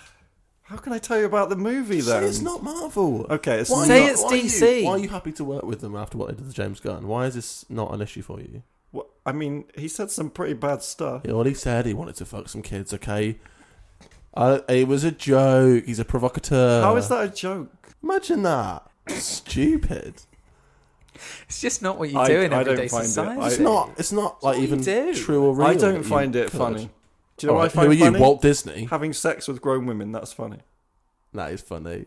Speaker 4: How can I tell you about the movie
Speaker 3: Say
Speaker 4: then?
Speaker 3: it's not Marvel.
Speaker 4: Okay, it's
Speaker 3: Why
Speaker 4: not-
Speaker 2: Say
Speaker 3: not-
Speaker 2: it's
Speaker 3: why are you-
Speaker 2: DC.
Speaker 3: why are you happy to work with them after what they did to James Gunn? Why is this not an issue for you?
Speaker 4: Wha- I mean, he said some pretty bad stuff.
Speaker 3: Yeah, well, he said he wanted to fuck some kids. Okay, uh, it was a joke. He's a provocateur.
Speaker 4: How is that a joke?
Speaker 3: Imagine that. Stupid.
Speaker 2: It's just not what you
Speaker 4: I-
Speaker 2: do in
Speaker 4: I
Speaker 2: everyday
Speaker 4: don't find it.
Speaker 2: society.
Speaker 4: I-
Speaker 3: It's not. It's not like
Speaker 2: what you
Speaker 3: even
Speaker 2: do.
Speaker 3: true or real.
Speaker 4: I
Speaker 3: that
Speaker 4: don't
Speaker 3: you
Speaker 4: find it
Speaker 3: could.
Speaker 4: funny. Do you know
Speaker 3: All
Speaker 4: what I
Speaker 3: right,
Speaker 4: find
Speaker 3: who are
Speaker 4: funny?
Speaker 3: you, Walt Disney?
Speaker 4: Having sex with grown women—that's funny.
Speaker 3: That is funny.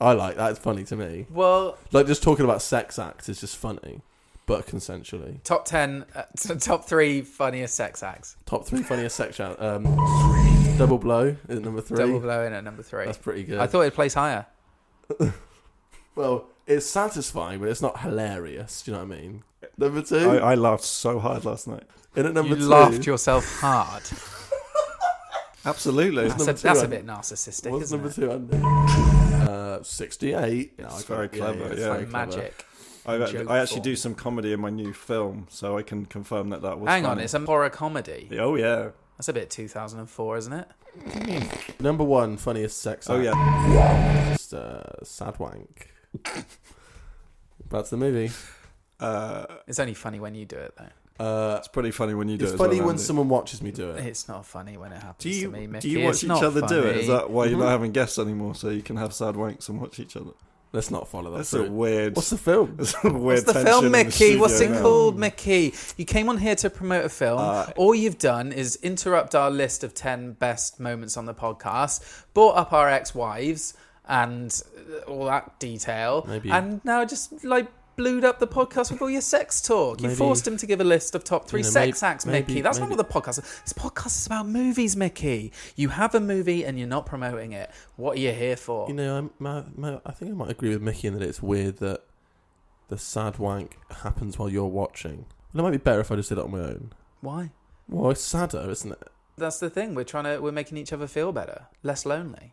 Speaker 3: I like that's funny to me.
Speaker 2: Well,
Speaker 3: Like just talking about sex acts is just funny, but consensually.
Speaker 2: top 10, uh, t- top three funniest sex acts.
Speaker 3: Top three funniest sex act. Um, double blow is number three.
Speaker 2: Double blow in at number three.
Speaker 3: That's pretty good.
Speaker 2: I thought it'd place higher.
Speaker 3: well, it's satisfying, but it's not hilarious. Do you know what I mean? Number two.
Speaker 4: I, I laughed so hard last night.
Speaker 3: in at number
Speaker 2: you
Speaker 3: two.
Speaker 2: laughed yourself hard.
Speaker 4: Absolutely.
Speaker 2: that's a,
Speaker 3: number two,
Speaker 2: that's a
Speaker 3: I-
Speaker 2: bit narcissistic,
Speaker 3: What's
Speaker 2: isn't
Speaker 3: number
Speaker 2: it?
Speaker 3: two? Andy? Uh, sixty-eight. No, I
Speaker 4: It's
Speaker 3: got
Speaker 4: very
Speaker 3: it.
Speaker 4: clever,
Speaker 3: it's
Speaker 4: yeah.
Speaker 3: very
Speaker 2: Like magic.
Speaker 4: I,
Speaker 2: joke
Speaker 4: I actually
Speaker 2: form.
Speaker 4: do some comedy in my new film, so I can confirm that that was.
Speaker 2: Hang on,
Speaker 4: funny.
Speaker 2: it's a horror comedy.
Speaker 4: oh yeah,
Speaker 2: That's a bit 2004, isn't it?
Speaker 3: Number one funniest sex.
Speaker 4: oh
Speaker 3: act.
Speaker 4: yeah.
Speaker 3: Just, uh, sad wank. That's the movie.
Speaker 4: Uh,
Speaker 2: It's only funny when you do it, though.
Speaker 3: Uh,
Speaker 4: it's pretty funny when you do.
Speaker 3: it's
Speaker 4: it as
Speaker 3: funny
Speaker 4: well,
Speaker 3: when
Speaker 4: Andy.
Speaker 3: someone watches me do it.
Speaker 2: It's not funny when it happens
Speaker 4: Do
Speaker 2: to me,
Speaker 4: you
Speaker 2: Mickey.
Speaker 4: do you
Speaker 2: It's
Speaker 4: watch each
Speaker 2: not
Speaker 4: other do it? Is
Speaker 2: funny.
Speaker 4: that why you're
Speaker 3: Mm-hmm.
Speaker 4: not having guests anymore? So you can have sad wanks and watch each other.
Speaker 3: Let's not follow that.
Speaker 4: That's a
Speaker 3: through.
Speaker 4: weird.
Speaker 3: What's the film?
Speaker 4: that's a weird
Speaker 2: What's the
Speaker 4: tension
Speaker 2: film,
Speaker 4: in the
Speaker 2: Mickey? What's it
Speaker 4: studio now.
Speaker 2: called, Mickey? You came on here to promote a film.
Speaker 4: Uh,
Speaker 2: All you've done is interrupt our list of 10 best moments on the podcast, brought up our ex wives and uh, all that detail,
Speaker 3: Maybe-
Speaker 2: and now just like blewed up the podcast with all your sex talk. you
Speaker 3: Maybe-
Speaker 2: forced him to give a list of top three
Speaker 3: You know,
Speaker 2: sex
Speaker 3: may-
Speaker 2: acts,
Speaker 3: maybe-
Speaker 2: Mickey. That's
Speaker 3: maybe-
Speaker 2: not what the podcast is. This podcast is about movies, Mickey. You have a movie and you're not promoting it. What are you here for?
Speaker 3: You know, I'm, my, my, I think I might agree with Mickey in that it's weird that the sad wank happens while you're watching. Well, it might be better if I just did it on my own.
Speaker 2: Why?
Speaker 3: Well, it's sadder, isn't it?
Speaker 2: That's the thing. We're trying to, we're making each other feel better, less lonely.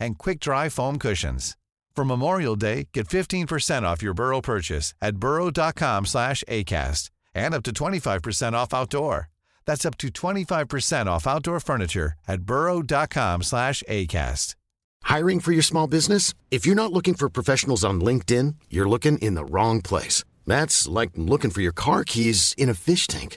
Speaker 5: and quick-dry foam cushions. For Memorial Day, get 15% off your Burrow purchase at burrow.com slash ACAST and up to 25% off outdoor. That's up to 25% off outdoor furniture at burrow.com slash ACAST.
Speaker 6: Hiring for your small business? If you're not looking for professionals on LinkedIn, you're looking in the wrong place. That's like looking for your car keys in a fish tank.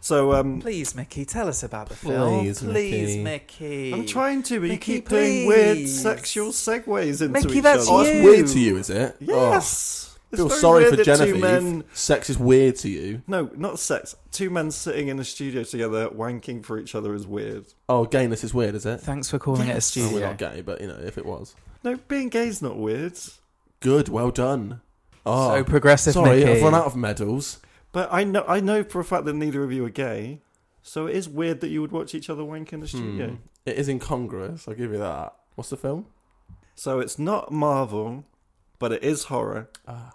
Speaker 4: So um,
Speaker 2: Please, Mickey, tell us about the film.
Speaker 3: Please,
Speaker 2: Please,
Speaker 3: Mickey.
Speaker 2: Mickey.
Speaker 4: I'm trying to, but you
Speaker 2: Mickey,
Speaker 4: keep doing weird
Speaker 2: please.
Speaker 4: sexual segues into
Speaker 2: Mickey,
Speaker 4: each
Speaker 2: that's
Speaker 3: Oh,
Speaker 4: other.
Speaker 3: it's
Speaker 2: You.
Speaker 3: weird to you, is it?
Speaker 4: Yes.
Speaker 3: Oh,
Speaker 4: It's
Speaker 3: feel
Speaker 4: very
Speaker 3: sorry
Speaker 4: weird
Speaker 3: for
Speaker 4: that two
Speaker 3: Genevieve.
Speaker 4: men-
Speaker 3: Sex is weird to you.
Speaker 4: No, not sex. Two men sitting in a studio together, wanking for each other is weird.
Speaker 3: Oh, gayness is weird, is it?
Speaker 2: Thanks for calling it a
Speaker 3: Oh, we're
Speaker 2: studio.
Speaker 3: not gay, but you know, if it was.
Speaker 4: No, being gay's not weird.
Speaker 3: Good, well done. Oh,
Speaker 2: So progressive,
Speaker 3: Sorry,
Speaker 2: Mickey.
Speaker 3: I've run out of medals.
Speaker 4: But I know, I know for a fact that neither of you are gay, so it is weird that you would watch each other wank in the studio.
Speaker 3: It is incongruous. I'll give you that. What's the film?
Speaker 4: So it's not Marvel, but it is horror
Speaker 3: Ah,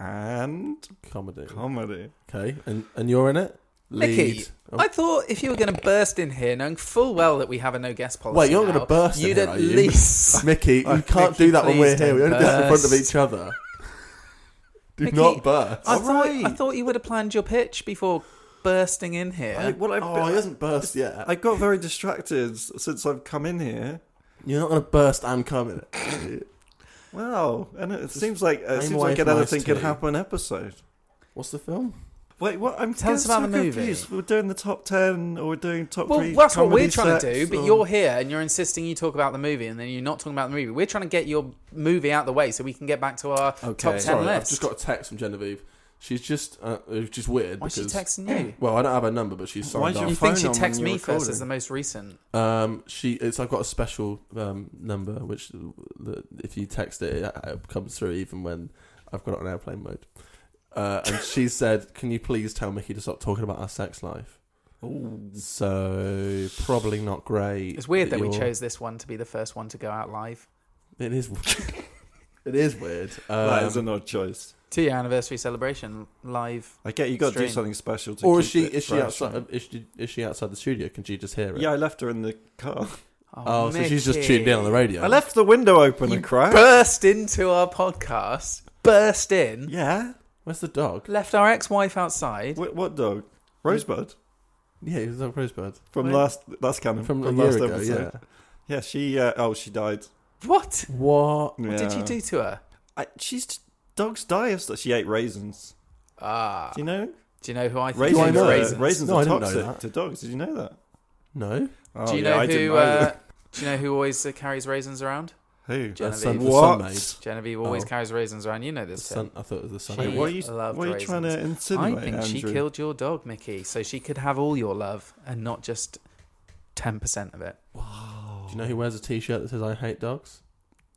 Speaker 4: and
Speaker 3: comedy.
Speaker 4: comedy.
Speaker 3: okay, and and you're in it.
Speaker 2: Mickey,
Speaker 3: Lead. Oh,
Speaker 2: I thought if you were going to burst in here, knowing full well that we have a no guest policy,
Speaker 3: Oh, Wait, you're not
Speaker 2: now,
Speaker 3: going to burst. in
Speaker 2: You'd
Speaker 3: here,
Speaker 2: at
Speaker 3: are you?
Speaker 2: least
Speaker 3: Mickey. You
Speaker 2: Oh,
Speaker 3: can't do
Speaker 2: Mickey,
Speaker 3: that when we're
Speaker 2: please
Speaker 3: here. We
Speaker 2: don't
Speaker 3: only do that in front of
Speaker 2: burst.
Speaker 3: each other. Do
Speaker 2: Mickey,
Speaker 3: not burst.
Speaker 2: I thought, I
Speaker 4: Alright.
Speaker 2: thought you would have planned your pitch before bursting in here.
Speaker 4: I, well, I've
Speaker 3: oh,
Speaker 4: been-
Speaker 3: he hasn't burst yet.
Speaker 4: I got very distracted since I've come in here.
Speaker 3: You're not going to burst and come in it.
Speaker 4: Wow, and it seems like uh, it
Speaker 3: aim
Speaker 4: seems
Speaker 3: away
Speaker 4: like
Speaker 3: from
Speaker 4: an
Speaker 3: those
Speaker 4: anything could
Speaker 3: two.
Speaker 4: happen episode.
Speaker 3: What's the film?
Speaker 4: Wait, what? I'm
Speaker 2: Tell us
Speaker 4: getting
Speaker 2: about
Speaker 4: so
Speaker 2: the movie.
Speaker 4: confused. We're doing the top ten, or we're doing top
Speaker 2: well,
Speaker 4: three.
Speaker 2: that's what
Speaker 4: comedy
Speaker 2: we're trying to
Speaker 4: sets,
Speaker 2: do, but
Speaker 4: or-
Speaker 2: you're here and you're insisting you talk about the movie and then you're not talking about the movie. We're trying to get your movie out the way so we can get back to our top 10
Speaker 3: Sorry,
Speaker 2: list.
Speaker 3: I've just got a text from Genevieve. She's just, uh, which is weird.
Speaker 2: Why is she
Speaker 3: because,
Speaker 2: texting you?
Speaker 3: Well, I don't have her number, but she's
Speaker 4: Why
Speaker 3: signed
Speaker 4: is your
Speaker 2: You
Speaker 3: off.
Speaker 2: think
Speaker 4: phone
Speaker 2: she
Speaker 4: on when
Speaker 2: texts
Speaker 4: you're
Speaker 2: me first
Speaker 4: recording.
Speaker 2: as the most recent?
Speaker 3: Um, she, it's. I've got a special um, number which, that if you text it, it, it comes through even when I've got it on airplane mode. Uh, and she said, "Can you please tell Mickey to stop talking about our sex life?" So probably not great.
Speaker 2: It's weird that we
Speaker 3: you're-
Speaker 2: chose this one to be the first one to go out live.
Speaker 3: It is. it is weird. Um,
Speaker 4: That is an odd choice.
Speaker 2: Two year anniversary celebration live.
Speaker 4: I get you got to do
Speaker 2: Strange.
Speaker 4: something special. To
Speaker 3: or is
Speaker 4: keep
Speaker 3: she?
Speaker 4: it
Speaker 3: Is she
Speaker 4: fresh,
Speaker 3: outside?
Speaker 4: right?
Speaker 3: Is she, is she outside the studio? Can she just hear it?
Speaker 4: Yeah, I left her in the car.
Speaker 3: Oh, so she's just tuned in on the
Speaker 2: Mickey.
Speaker 3: radio.
Speaker 4: I left the window open
Speaker 2: You
Speaker 4: and cried.
Speaker 2: burst into our podcast, burst in,
Speaker 4: yeah.
Speaker 3: Where's the dog?
Speaker 2: left our ex wife outside.
Speaker 4: What, what dog? Rosebud
Speaker 3: Yeah, it was on Rosebud
Speaker 4: from
Speaker 2: Wait.
Speaker 4: last last canon
Speaker 3: from,
Speaker 4: from,
Speaker 3: a
Speaker 4: last
Speaker 3: year ago.
Speaker 4: episode.
Speaker 3: Yeah.
Speaker 4: Yeah, she. Uh, oh, she died.
Speaker 2: What?
Speaker 3: What?
Speaker 2: What did you
Speaker 4: Yeah.
Speaker 2: do to her?
Speaker 4: I, she's dogs die if she ate raisins.
Speaker 2: Ah,
Speaker 4: Do you know
Speaker 2: do you know who I think
Speaker 4: raisins?
Speaker 3: I
Speaker 2: is
Speaker 3: know
Speaker 4: are,
Speaker 3: that?
Speaker 2: raisins?
Speaker 4: raisins
Speaker 3: No, I
Speaker 4: are
Speaker 3: didn't know
Speaker 4: toxic
Speaker 3: that.
Speaker 4: to dogs. Did you know that?
Speaker 3: No.
Speaker 4: Oh,
Speaker 2: do you
Speaker 4: yeah,
Speaker 2: know
Speaker 4: I didn't
Speaker 2: who? uh,
Speaker 4: that.
Speaker 2: do you know who always uh, carries raisins around?
Speaker 4: Who?
Speaker 2: Genevieve.
Speaker 3: Sun-
Speaker 4: What?
Speaker 3: The sunmaid.
Speaker 2: Genevieve always
Speaker 3: Oh.
Speaker 2: carries raisins around. You know
Speaker 3: The
Speaker 2: this. Tim.
Speaker 3: sun, I thought it was the sun.
Speaker 2: She-
Speaker 4: Wait, what are you,
Speaker 2: loved
Speaker 4: what are you trying to
Speaker 2: raisins.
Speaker 4: insinuate,
Speaker 2: I think
Speaker 4: Andrew?
Speaker 2: she killed your dog, Mickey, so she could have all your love and not just ten percent of it.
Speaker 3: Do you know who wears a T-shirt that says "I hate dogs"?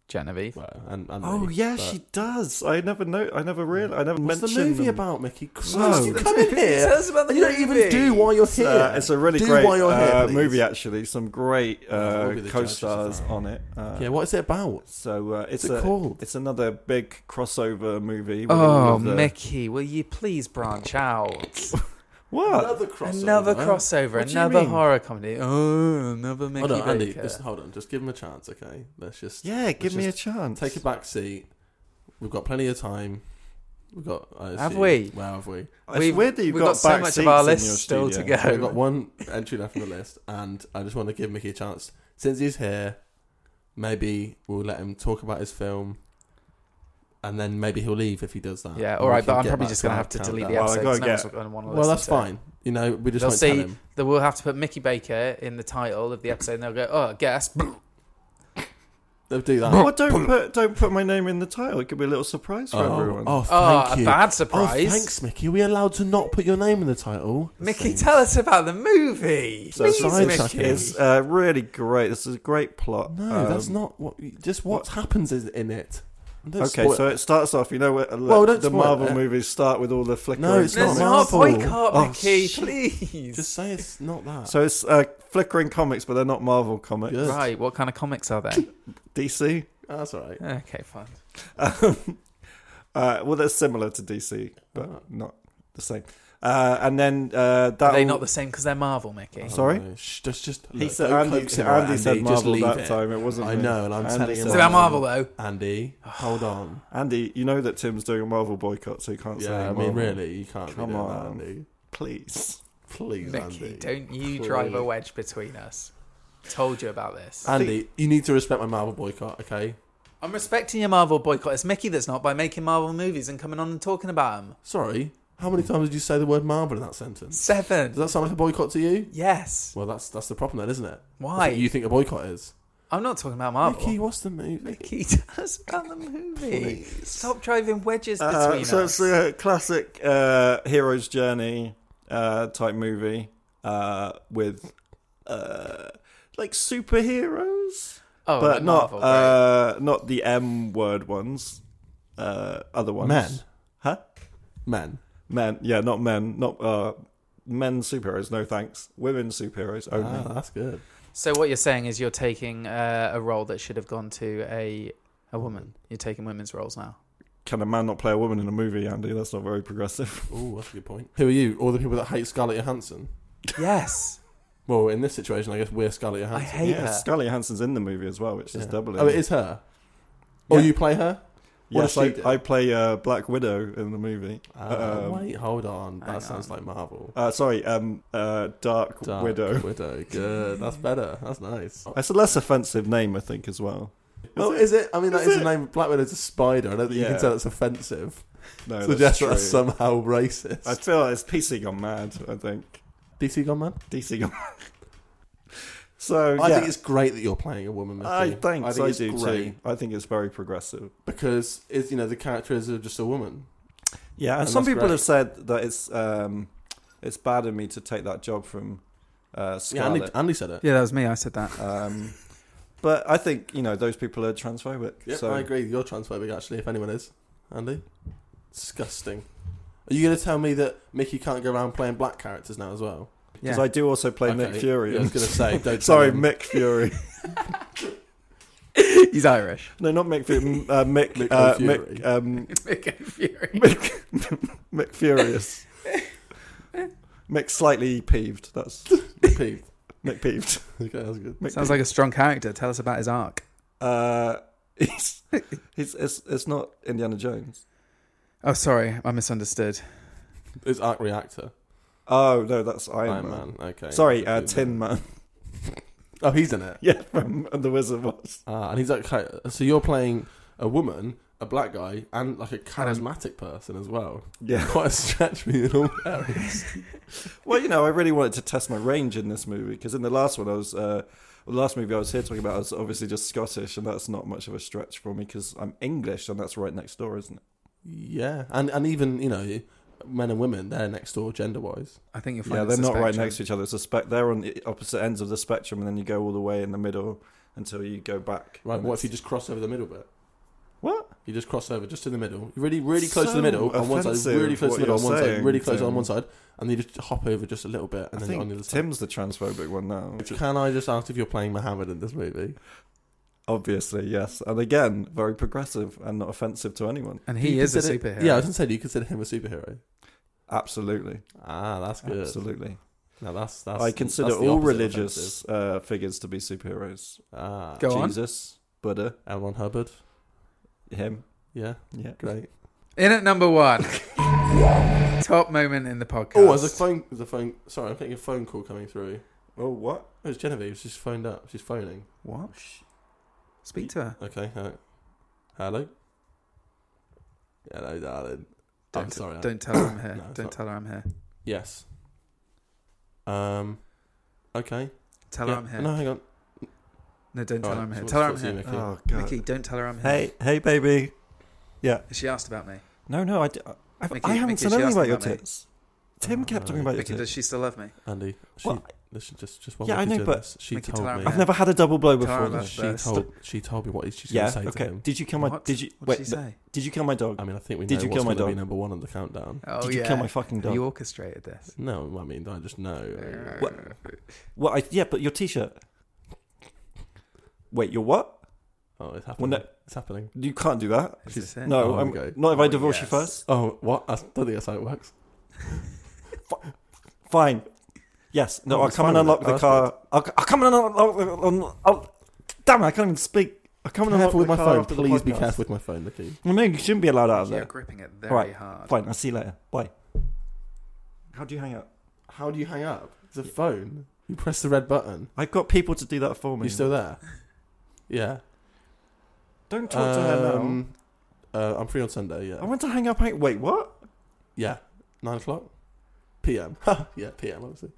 Speaker 2: Genevieve.
Speaker 3: Well, and, and
Speaker 4: Oh
Speaker 3: me,
Speaker 4: yeah,
Speaker 3: but-
Speaker 4: she does. I never know. I never real. I never
Speaker 3: What's the
Speaker 4: mentioned
Speaker 3: movie
Speaker 4: them.
Speaker 3: about, Mickey?
Speaker 4: No.
Speaker 3: Christ, you come in here.
Speaker 2: Tell us about the
Speaker 3: and you don't even
Speaker 2: movie.
Speaker 3: do why you're
Speaker 4: It's,
Speaker 3: here.
Speaker 4: uh, it's a really
Speaker 3: do
Speaker 4: great
Speaker 3: why you're
Speaker 4: uh,
Speaker 3: here, please.
Speaker 4: movie, actually. Some great
Speaker 3: I
Speaker 4: uh,
Speaker 3: will be the judge as a
Speaker 4: co-stars
Speaker 3: fan.
Speaker 4: on it. Uh,
Speaker 3: Yeah, what is it about?
Speaker 4: So uh, it's
Speaker 3: What's it
Speaker 4: a,
Speaker 3: called?
Speaker 4: It's another big crossover movie. with all
Speaker 2: Oh,
Speaker 4: of the-
Speaker 2: Mickey, will you please branch out?
Speaker 4: What?
Speaker 3: crossover.
Speaker 2: Another crossover,
Speaker 4: What do you
Speaker 2: another
Speaker 4: mean?
Speaker 2: horror comedy. Oh, another Mickey
Speaker 3: Hold on, Andy.
Speaker 2: Baker.
Speaker 3: Just, hold on. Just give him a chance, okay? Let's just.
Speaker 4: Yeah,
Speaker 3: let's
Speaker 4: give me a
Speaker 3: just
Speaker 4: chance.
Speaker 3: Take a back seat. We've got plenty of time. We've got. I
Speaker 2: Have
Speaker 3: assume-
Speaker 2: we?
Speaker 3: Well, have we?
Speaker 4: It's weird that you've
Speaker 2: we've
Speaker 4: got,
Speaker 2: got so
Speaker 4: back
Speaker 2: much
Speaker 4: seats
Speaker 2: of our
Speaker 4: in
Speaker 2: list
Speaker 4: your
Speaker 2: still to
Speaker 4: studio.
Speaker 2: go.
Speaker 3: We've got one entry left on the list, and I just want to give Mickey a chance. Since he's here, maybe we'll let him talk about his film, and then maybe he'll leave if he does that.
Speaker 2: yeah,
Speaker 3: And
Speaker 2: all
Speaker 3: we
Speaker 2: right,
Speaker 3: can
Speaker 2: but I'm
Speaker 3: get
Speaker 2: probably
Speaker 3: back
Speaker 2: just going
Speaker 3: our
Speaker 2: to have to
Speaker 3: countdown.
Speaker 2: delete the
Speaker 4: Well, I
Speaker 2: episode.
Speaker 4: gotta
Speaker 2: 'cause no
Speaker 4: get-
Speaker 2: one's gonna wanna
Speaker 3: Well,
Speaker 2: listen
Speaker 3: that's
Speaker 2: to it.
Speaker 3: fine. You know, we just
Speaker 2: They'll
Speaker 3: won't tell
Speaker 2: see
Speaker 3: him.
Speaker 2: that we'll have to put Mickey Baker in the title of the episode, and they'll go, "Oh, guess."
Speaker 3: They'll do that.
Speaker 4: Well, don't put don't put my name in the title. It could be a little surprise for
Speaker 3: Oh,
Speaker 4: everyone.
Speaker 3: oh,
Speaker 2: Oh,
Speaker 3: thank
Speaker 2: a
Speaker 3: you.
Speaker 2: bad surprise.
Speaker 3: Oh, thanks, Mickey. Are we allowed to not put your name in the title?
Speaker 2: Mickey, tell us about the movie.
Speaker 4: So
Speaker 2: Please,
Speaker 3: side
Speaker 2: Mickey.
Speaker 3: sucking.
Speaker 4: It's uh, really great. This is a great plot. Um,
Speaker 2: Um,
Speaker 3: No, that's not what. Just what happens is in it. Don't
Speaker 4: okay,
Speaker 3: spoil-
Speaker 4: so it starts off. You know where uh,
Speaker 3: Well, don't
Speaker 4: the
Speaker 3: spoil
Speaker 4: Marvel
Speaker 3: it.
Speaker 4: movies start with all the flickering.
Speaker 3: No, it's not
Speaker 2: Let's
Speaker 4: comics.
Speaker 2: not
Speaker 3: Marvel.
Speaker 2: boycott
Speaker 4: Oh,
Speaker 2: Mickey,
Speaker 3: shit.
Speaker 2: please.
Speaker 3: Just say it's not that.
Speaker 4: So it's uh, flickering comics, but they're not Marvel comics.
Speaker 3: Good.
Speaker 2: Right, what kind of comics are they?
Speaker 4: DC.
Speaker 3: that's all right.
Speaker 2: okay, fine.
Speaker 4: Um, uh, well, they're similar to DC, but
Speaker 3: Uh-huh.
Speaker 4: not the same. Uh, and then uh, that
Speaker 2: Are they not the same because they're Marvel, Mickey?
Speaker 4: Sorry?
Speaker 3: Oh, No, shh, just just.
Speaker 4: He
Speaker 3: look,
Speaker 4: said
Speaker 3: don't
Speaker 4: Andy-
Speaker 3: coax him
Speaker 4: Andy
Speaker 3: out, Andy,
Speaker 4: said
Speaker 3: just
Speaker 4: Marvel
Speaker 3: leave
Speaker 4: that time, it wasn't
Speaker 3: I
Speaker 4: me.
Speaker 3: know, and I'm
Speaker 4: Andy
Speaker 3: telling
Speaker 4: said-
Speaker 3: him.
Speaker 4: It's
Speaker 2: about Marvel, though.
Speaker 3: Andy, hold on.
Speaker 4: Andy, you know that Tim's doing a Marvel boycott, so you can't say.
Speaker 3: Yeah, I
Speaker 4: Marvel.
Speaker 3: mean, really, you can't.
Speaker 4: Come
Speaker 3: be doing that,
Speaker 4: on.
Speaker 3: Andy.
Speaker 4: please.
Speaker 3: Please,
Speaker 2: Mickey,
Speaker 3: Andy.
Speaker 2: don't you
Speaker 3: Please.
Speaker 2: drive a wedge between us. Told you about this.
Speaker 3: Andy, you need to respect my Marvel boycott, okay?
Speaker 2: I'm respecting your Marvel boycott. It's Mickey that's not by making Marvel movies and coming on and talking about them.
Speaker 3: Sorry. How many times did you say the word Marvel in that sentence?
Speaker 2: Seven.
Speaker 3: Does that sound like a boycott to you?
Speaker 2: Yes.
Speaker 3: Well, that's that's the problem, then, isn't it?
Speaker 2: Why?
Speaker 3: That's what you think a boycott is?
Speaker 2: I'm not talking about
Speaker 3: Oh,
Speaker 2: Marvel.
Speaker 3: Mickey, what's the movie?
Speaker 2: Mickey, tell us about the movie. Stop driving wedges between
Speaker 4: Uh, so
Speaker 2: us.
Speaker 4: it's a classic uh, hero's journey uh, type movie uh, with uh, like superheroes,
Speaker 2: oh,
Speaker 4: but
Speaker 2: like
Speaker 4: not
Speaker 2: Marvel, right.
Speaker 4: uh, not the M word ones. Uh, other ones,
Speaker 3: Men.
Speaker 4: huh?
Speaker 3: Men.
Speaker 4: Men, yeah, not men, not uh, men superheroes. No thanks. Women superheroes only.
Speaker 3: Ah, that's good.
Speaker 2: So what you're saying is you're taking uh, a role that should have gone to a a woman. You're taking women's roles now.
Speaker 4: Can a man not play a woman in a movie, Andy? That's not very progressive.
Speaker 3: Oh, that's a good point. Who are you? All the people that hate Scarlett Johansson?
Speaker 2: Yes,
Speaker 3: Well, in this situation, I guess we're Scarlett
Speaker 2: I
Speaker 3: Johansson.
Speaker 2: hate her.
Speaker 4: Scarlett Johansson's in the movie as well, which is doubly.
Speaker 3: Oh, it is her. Or
Speaker 4: Yeah.
Speaker 3: you play her? What
Speaker 4: Yes,
Speaker 3: if she
Speaker 4: I,
Speaker 3: did?
Speaker 4: I play uh, Black Widow in the movie.
Speaker 3: Uh,
Speaker 4: Um,
Speaker 3: wait, hold on.
Speaker 2: hang
Speaker 3: That sounds like Marvel.
Speaker 4: Uh, sorry, um, uh, Dark,
Speaker 3: Dark
Speaker 4: Widow.
Speaker 3: Widow. Good. That's better. That's nice.
Speaker 4: That's a less offensive name, I think, as well.
Speaker 3: Well, is it? I mean, that
Speaker 4: Is
Speaker 3: is the
Speaker 4: it?
Speaker 3: name. Black Widow's a spider. I don't think you
Speaker 4: Yeah.
Speaker 3: can tell it's offensive.
Speaker 4: No,
Speaker 3: Suggest
Speaker 4: true.
Speaker 3: that's somehow racist.
Speaker 4: I feel like it's PC gone mad. I think
Speaker 3: DC Gone Man?
Speaker 4: DC gone. mad. so
Speaker 3: I
Speaker 4: yeah,
Speaker 3: think it's great that you're playing a woman. Mickey.
Speaker 4: I thanks. I,
Speaker 3: think it's
Speaker 4: do
Speaker 3: great
Speaker 4: too. I think it's very progressive.
Speaker 3: because it's you know the character is just a woman.
Speaker 4: Yeah, and,
Speaker 3: And
Speaker 4: some
Speaker 3: that's
Speaker 4: people
Speaker 3: great.
Speaker 4: have said that it's um, it's bad of me to take that job from uh,
Speaker 3: Yeah, Andy,
Speaker 4: Scarlett.
Speaker 3: Andy said it.
Speaker 2: yeah, that was me. I said that. uh,
Speaker 4: um, but I think you know those people are transphobic.
Speaker 3: Yep,
Speaker 4: so
Speaker 3: I agree. You're transphobic, actually. If anyone is, Andy, disgusting. Are you going to tell me that Mickey can't go around playing black characters now as well?
Speaker 4: because
Speaker 2: Yeah.
Speaker 4: I do also play
Speaker 3: Okay,
Speaker 4: Nick Fury.
Speaker 3: I was going to say, um, don't
Speaker 4: Sorry,
Speaker 3: tell him.
Speaker 4: Mick Fury.
Speaker 2: He's Irish.
Speaker 4: No, not Mick Fury. M- Uh, Mick,
Speaker 3: Mick
Speaker 4: uh,
Speaker 3: Fury.
Speaker 4: Mick, um,
Speaker 2: Mick Fury.
Speaker 4: Mick, Mick Furious. Mick slightly peeved. That's
Speaker 3: Pete.
Speaker 4: Mick peeved.
Speaker 3: Okay, that's good.
Speaker 4: Mick
Speaker 2: Sounds like a strong character. Tell us about his arc.
Speaker 4: Uh, he's, he's, it's, it's not Indiana Jones.
Speaker 2: Oh, sorry, I misunderstood.
Speaker 3: It's Arc Reactor.
Speaker 4: Oh no, that's Iron,
Speaker 3: Iron
Speaker 4: Man.
Speaker 3: Man. Okay.
Speaker 4: Sorry, uh,
Speaker 3: That's good.
Speaker 4: Tin Man.
Speaker 3: Oh, he's in it.
Speaker 4: yeah, from The Wizard of Oz.
Speaker 3: Ah, and he's like, okay, so you're playing a woman, a black guy, and like a charismatic person as well.
Speaker 4: Yeah.
Speaker 3: Quite a stretch for you in all areas.
Speaker 4: Well, you know, I really wanted to test my range in this movie because in the last one, I was uh, well, the last movie I was here talking about, I was obviously just Scottish, and that's not much of a stretch for me because I'm English, and that's right next door, isn't it?
Speaker 3: yeah, and and even you know, men and women, they're next door gender wise.
Speaker 2: I think you'll find
Speaker 4: Yeah,
Speaker 2: it's
Speaker 4: they're
Speaker 2: a
Speaker 4: not right
Speaker 2: spectrum.
Speaker 4: next to each other. It's a spec. They're on the opposite ends of the spectrum, and then you go all the way in the middle until you go back.
Speaker 3: Right.
Speaker 4: And
Speaker 3: What if you
Speaker 4: it's-
Speaker 3: just cross over the middle bit?
Speaker 4: What?
Speaker 3: You just cross over just to the middle, really, really close to
Speaker 4: So
Speaker 3: the middle on one side,
Speaker 4: offensive,
Speaker 3: really close to the middle
Speaker 4: what
Speaker 3: on
Speaker 4: you're
Speaker 3: one
Speaker 4: saying,
Speaker 3: side, really close
Speaker 4: Tim.
Speaker 3: on one side, and then you just hop over just a little bit,
Speaker 4: I
Speaker 3: and then you're on the other
Speaker 4: think
Speaker 3: side.
Speaker 4: Tim's the transphobic one now.
Speaker 3: Can I just ask if you're playing Mohammed in this movie?
Speaker 4: Obviously, yes, and again, very progressive and not offensive to anyone.
Speaker 2: And
Speaker 3: Do
Speaker 2: he
Speaker 3: you
Speaker 2: is a
Speaker 3: consider-
Speaker 2: superhero.
Speaker 3: Yeah, I was gonna say, do you consider him a superhero?
Speaker 4: Absolutely,
Speaker 3: Ah, that's good.
Speaker 4: absolutely.
Speaker 3: Now that's that's.
Speaker 4: I consider
Speaker 3: that's the
Speaker 4: all
Speaker 3: opposite of offensive.
Speaker 4: religious uh, figures to be superheroes.
Speaker 3: Ah,
Speaker 2: Go on.
Speaker 4: Jesus, Buddha,
Speaker 3: L. Ron Hubbard.
Speaker 4: him.
Speaker 3: Yeah,
Speaker 4: Yeah,
Speaker 3: great.
Speaker 2: In at number one, top moment in the podcast.
Speaker 3: Oh, there's a phone. There's a phone. Sorry, I'm getting a phone call coming through.
Speaker 4: Oh, what?
Speaker 3: Oh, it's Genevieve. She's phoned up. She's phoning.
Speaker 2: what? Speak to her.
Speaker 3: Okay. Hello. Hello. Hello, darling. I'm
Speaker 2: Don't,
Speaker 3: sorry. I-
Speaker 2: Don't tell her I'm here.
Speaker 3: No, it's
Speaker 2: don't
Speaker 3: not.
Speaker 2: tell her I'm here.
Speaker 3: Yes. Um. Okay.
Speaker 2: Tell
Speaker 3: Yeah.
Speaker 2: her I'm here.
Speaker 3: No,
Speaker 2: No,
Speaker 3: hang on.
Speaker 2: don't tell
Speaker 3: All
Speaker 2: her
Speaker 3: right,
Speaker 2: I'm here.
Speaker 3: so
Speaker 2: Tell her I'm
Speaker 3: what's-
Speaker 2: here.
Speaker 3: what's you, Mickey?
Speaker 4: Oh God.
Speaker 2: Mickey, don't tell her I'm here.
Speaker 4: Hey, hey, baby.
Speaker 2: She asked about me.
Speaker 4: No, no, I, d- I,
Speaker 2: Mickey-
Speaker 4: I haven't
Speaker 2: Mickey,
Speaker 4: said
Speaker 2: she
Speaker 4: anything
Speaker 2: asked
Speaker 4: about your
Speaker 2: about me.
Speaker 4: tits. Tim kept talking about your
Speaker 2: Because
Speaker 4: tits.
Speaker 2: does she still love me?
Speaker 3: Andy, she,
Speaker 4: Well,
Speaker 3: listen, just just one.
Speaker 4: Yeah,
Speaker 3: way
Speaker 4: I
Speaker 3: to
Speaker 4: know,
Speaker 3: do
Speaker 4: but-
Speaker 3: this. she
Speaker 2: Make it
Speaker 3: told
Speaker 2: Tara
Speaker 3: me.
Speaker 2: Bell.
Speaker 4: I've never had a double blow before.
Speaker 2: Tara Bell.
Speaker 4: though.
Speaker 3: She
Speaker 2: first.
Speaker 3: told she told me what she's
Speaker 4: Yeah.
Speaker 3: going to say
Speaker 4: Okay.
Speaker 3: to him.
Speaker 4: Did you kill my?
Speaker 2: What?
Speaker 4: Did you?
Speaker 2: What'd
Speaker 4: wait.
Speaker 2: she
Speaker 4: no-
Speaker 2: say?
Speaker 4: Did you kill my dog?
Speaker 3: I mean, I think we know
Speaker 4: Did you
Speaker 3: what's
Speaker 4: kill my
Speaker 3: going to be
Speaker 4: dog?
Speaker 3: number one on the countdown.
Speaker 2: Oh,
Speaker 4: Did you kill my fucking dog?
Speaker 2: You orchestrated this.
Speaker 3: No, I mean, I just know. I-
Speaker 4: What? Well, I, yeah, but your t-shirt. Wait, your what?
Speaker 3: Oh, it's happening.
Speaker 4: Well, no-
Speaker 3: It's happening.
Speaker 4: You can't do that.
Speaker 2: Is this it?
Speaker 4: No,
Speaker 3: Oh,
Speaker 4: I'm,
Speaker 3: okay.
Speaker 4: not if I
Speaker 2: Oh,
Speaker 4: divorce you
Speaker 2: yes.
Speaker 4: first.
Speaker 3: Oh, what? I don't think that's how it works.
Speaker 4: Fine. Yes. No,
Speaker 3: Oh,
Speaker 4: I'll
Speaker 3: it's
Speaker 4: come and
Speaker 3: fine,
Speaker 4: unlock
Speaker 3: then.
Speaker 4: the
Speaker 3: That's
Speaker 4: car. I'll, I'll come and unlock. unlock- I'll- damn it! I can't even speak. I'll come and unlock
Speaker 3: Careful with
Speaker 4: the
Speaker 3: my
Speaker 4: car
Speaker 3: phone.
Speaker 4: after the
Speaker 3: Please be
Speaker 4: podcast.
Speaker 3: careful with my phone, Nikki.
Speaker 4: Well, no, you shouldn't be allowed out of
Speaker 2: You're
Speaker 4: there.
Speaker 2: gripping it very
Speaker 4: All right.
Speaker 2: hard.
Speaker 4: Fine. I'll see you later. Bye. How do you hang up?
Speaker 3: How do you hang up? It's a phone. You press the red button.
Speaker 4: I've got people to do that for me.
Speaker 3: You still there? Yeah.
Speaker 4: Don't talk to her now.
Speaker 3: Um, Uh, I'm free on Sunday. Yeah.
Speaker 4: I want to hang up. Hang- Wait, what?
Speaker 3: Yeah, nine o'clock, p.m. yeah, p.m. Obviously.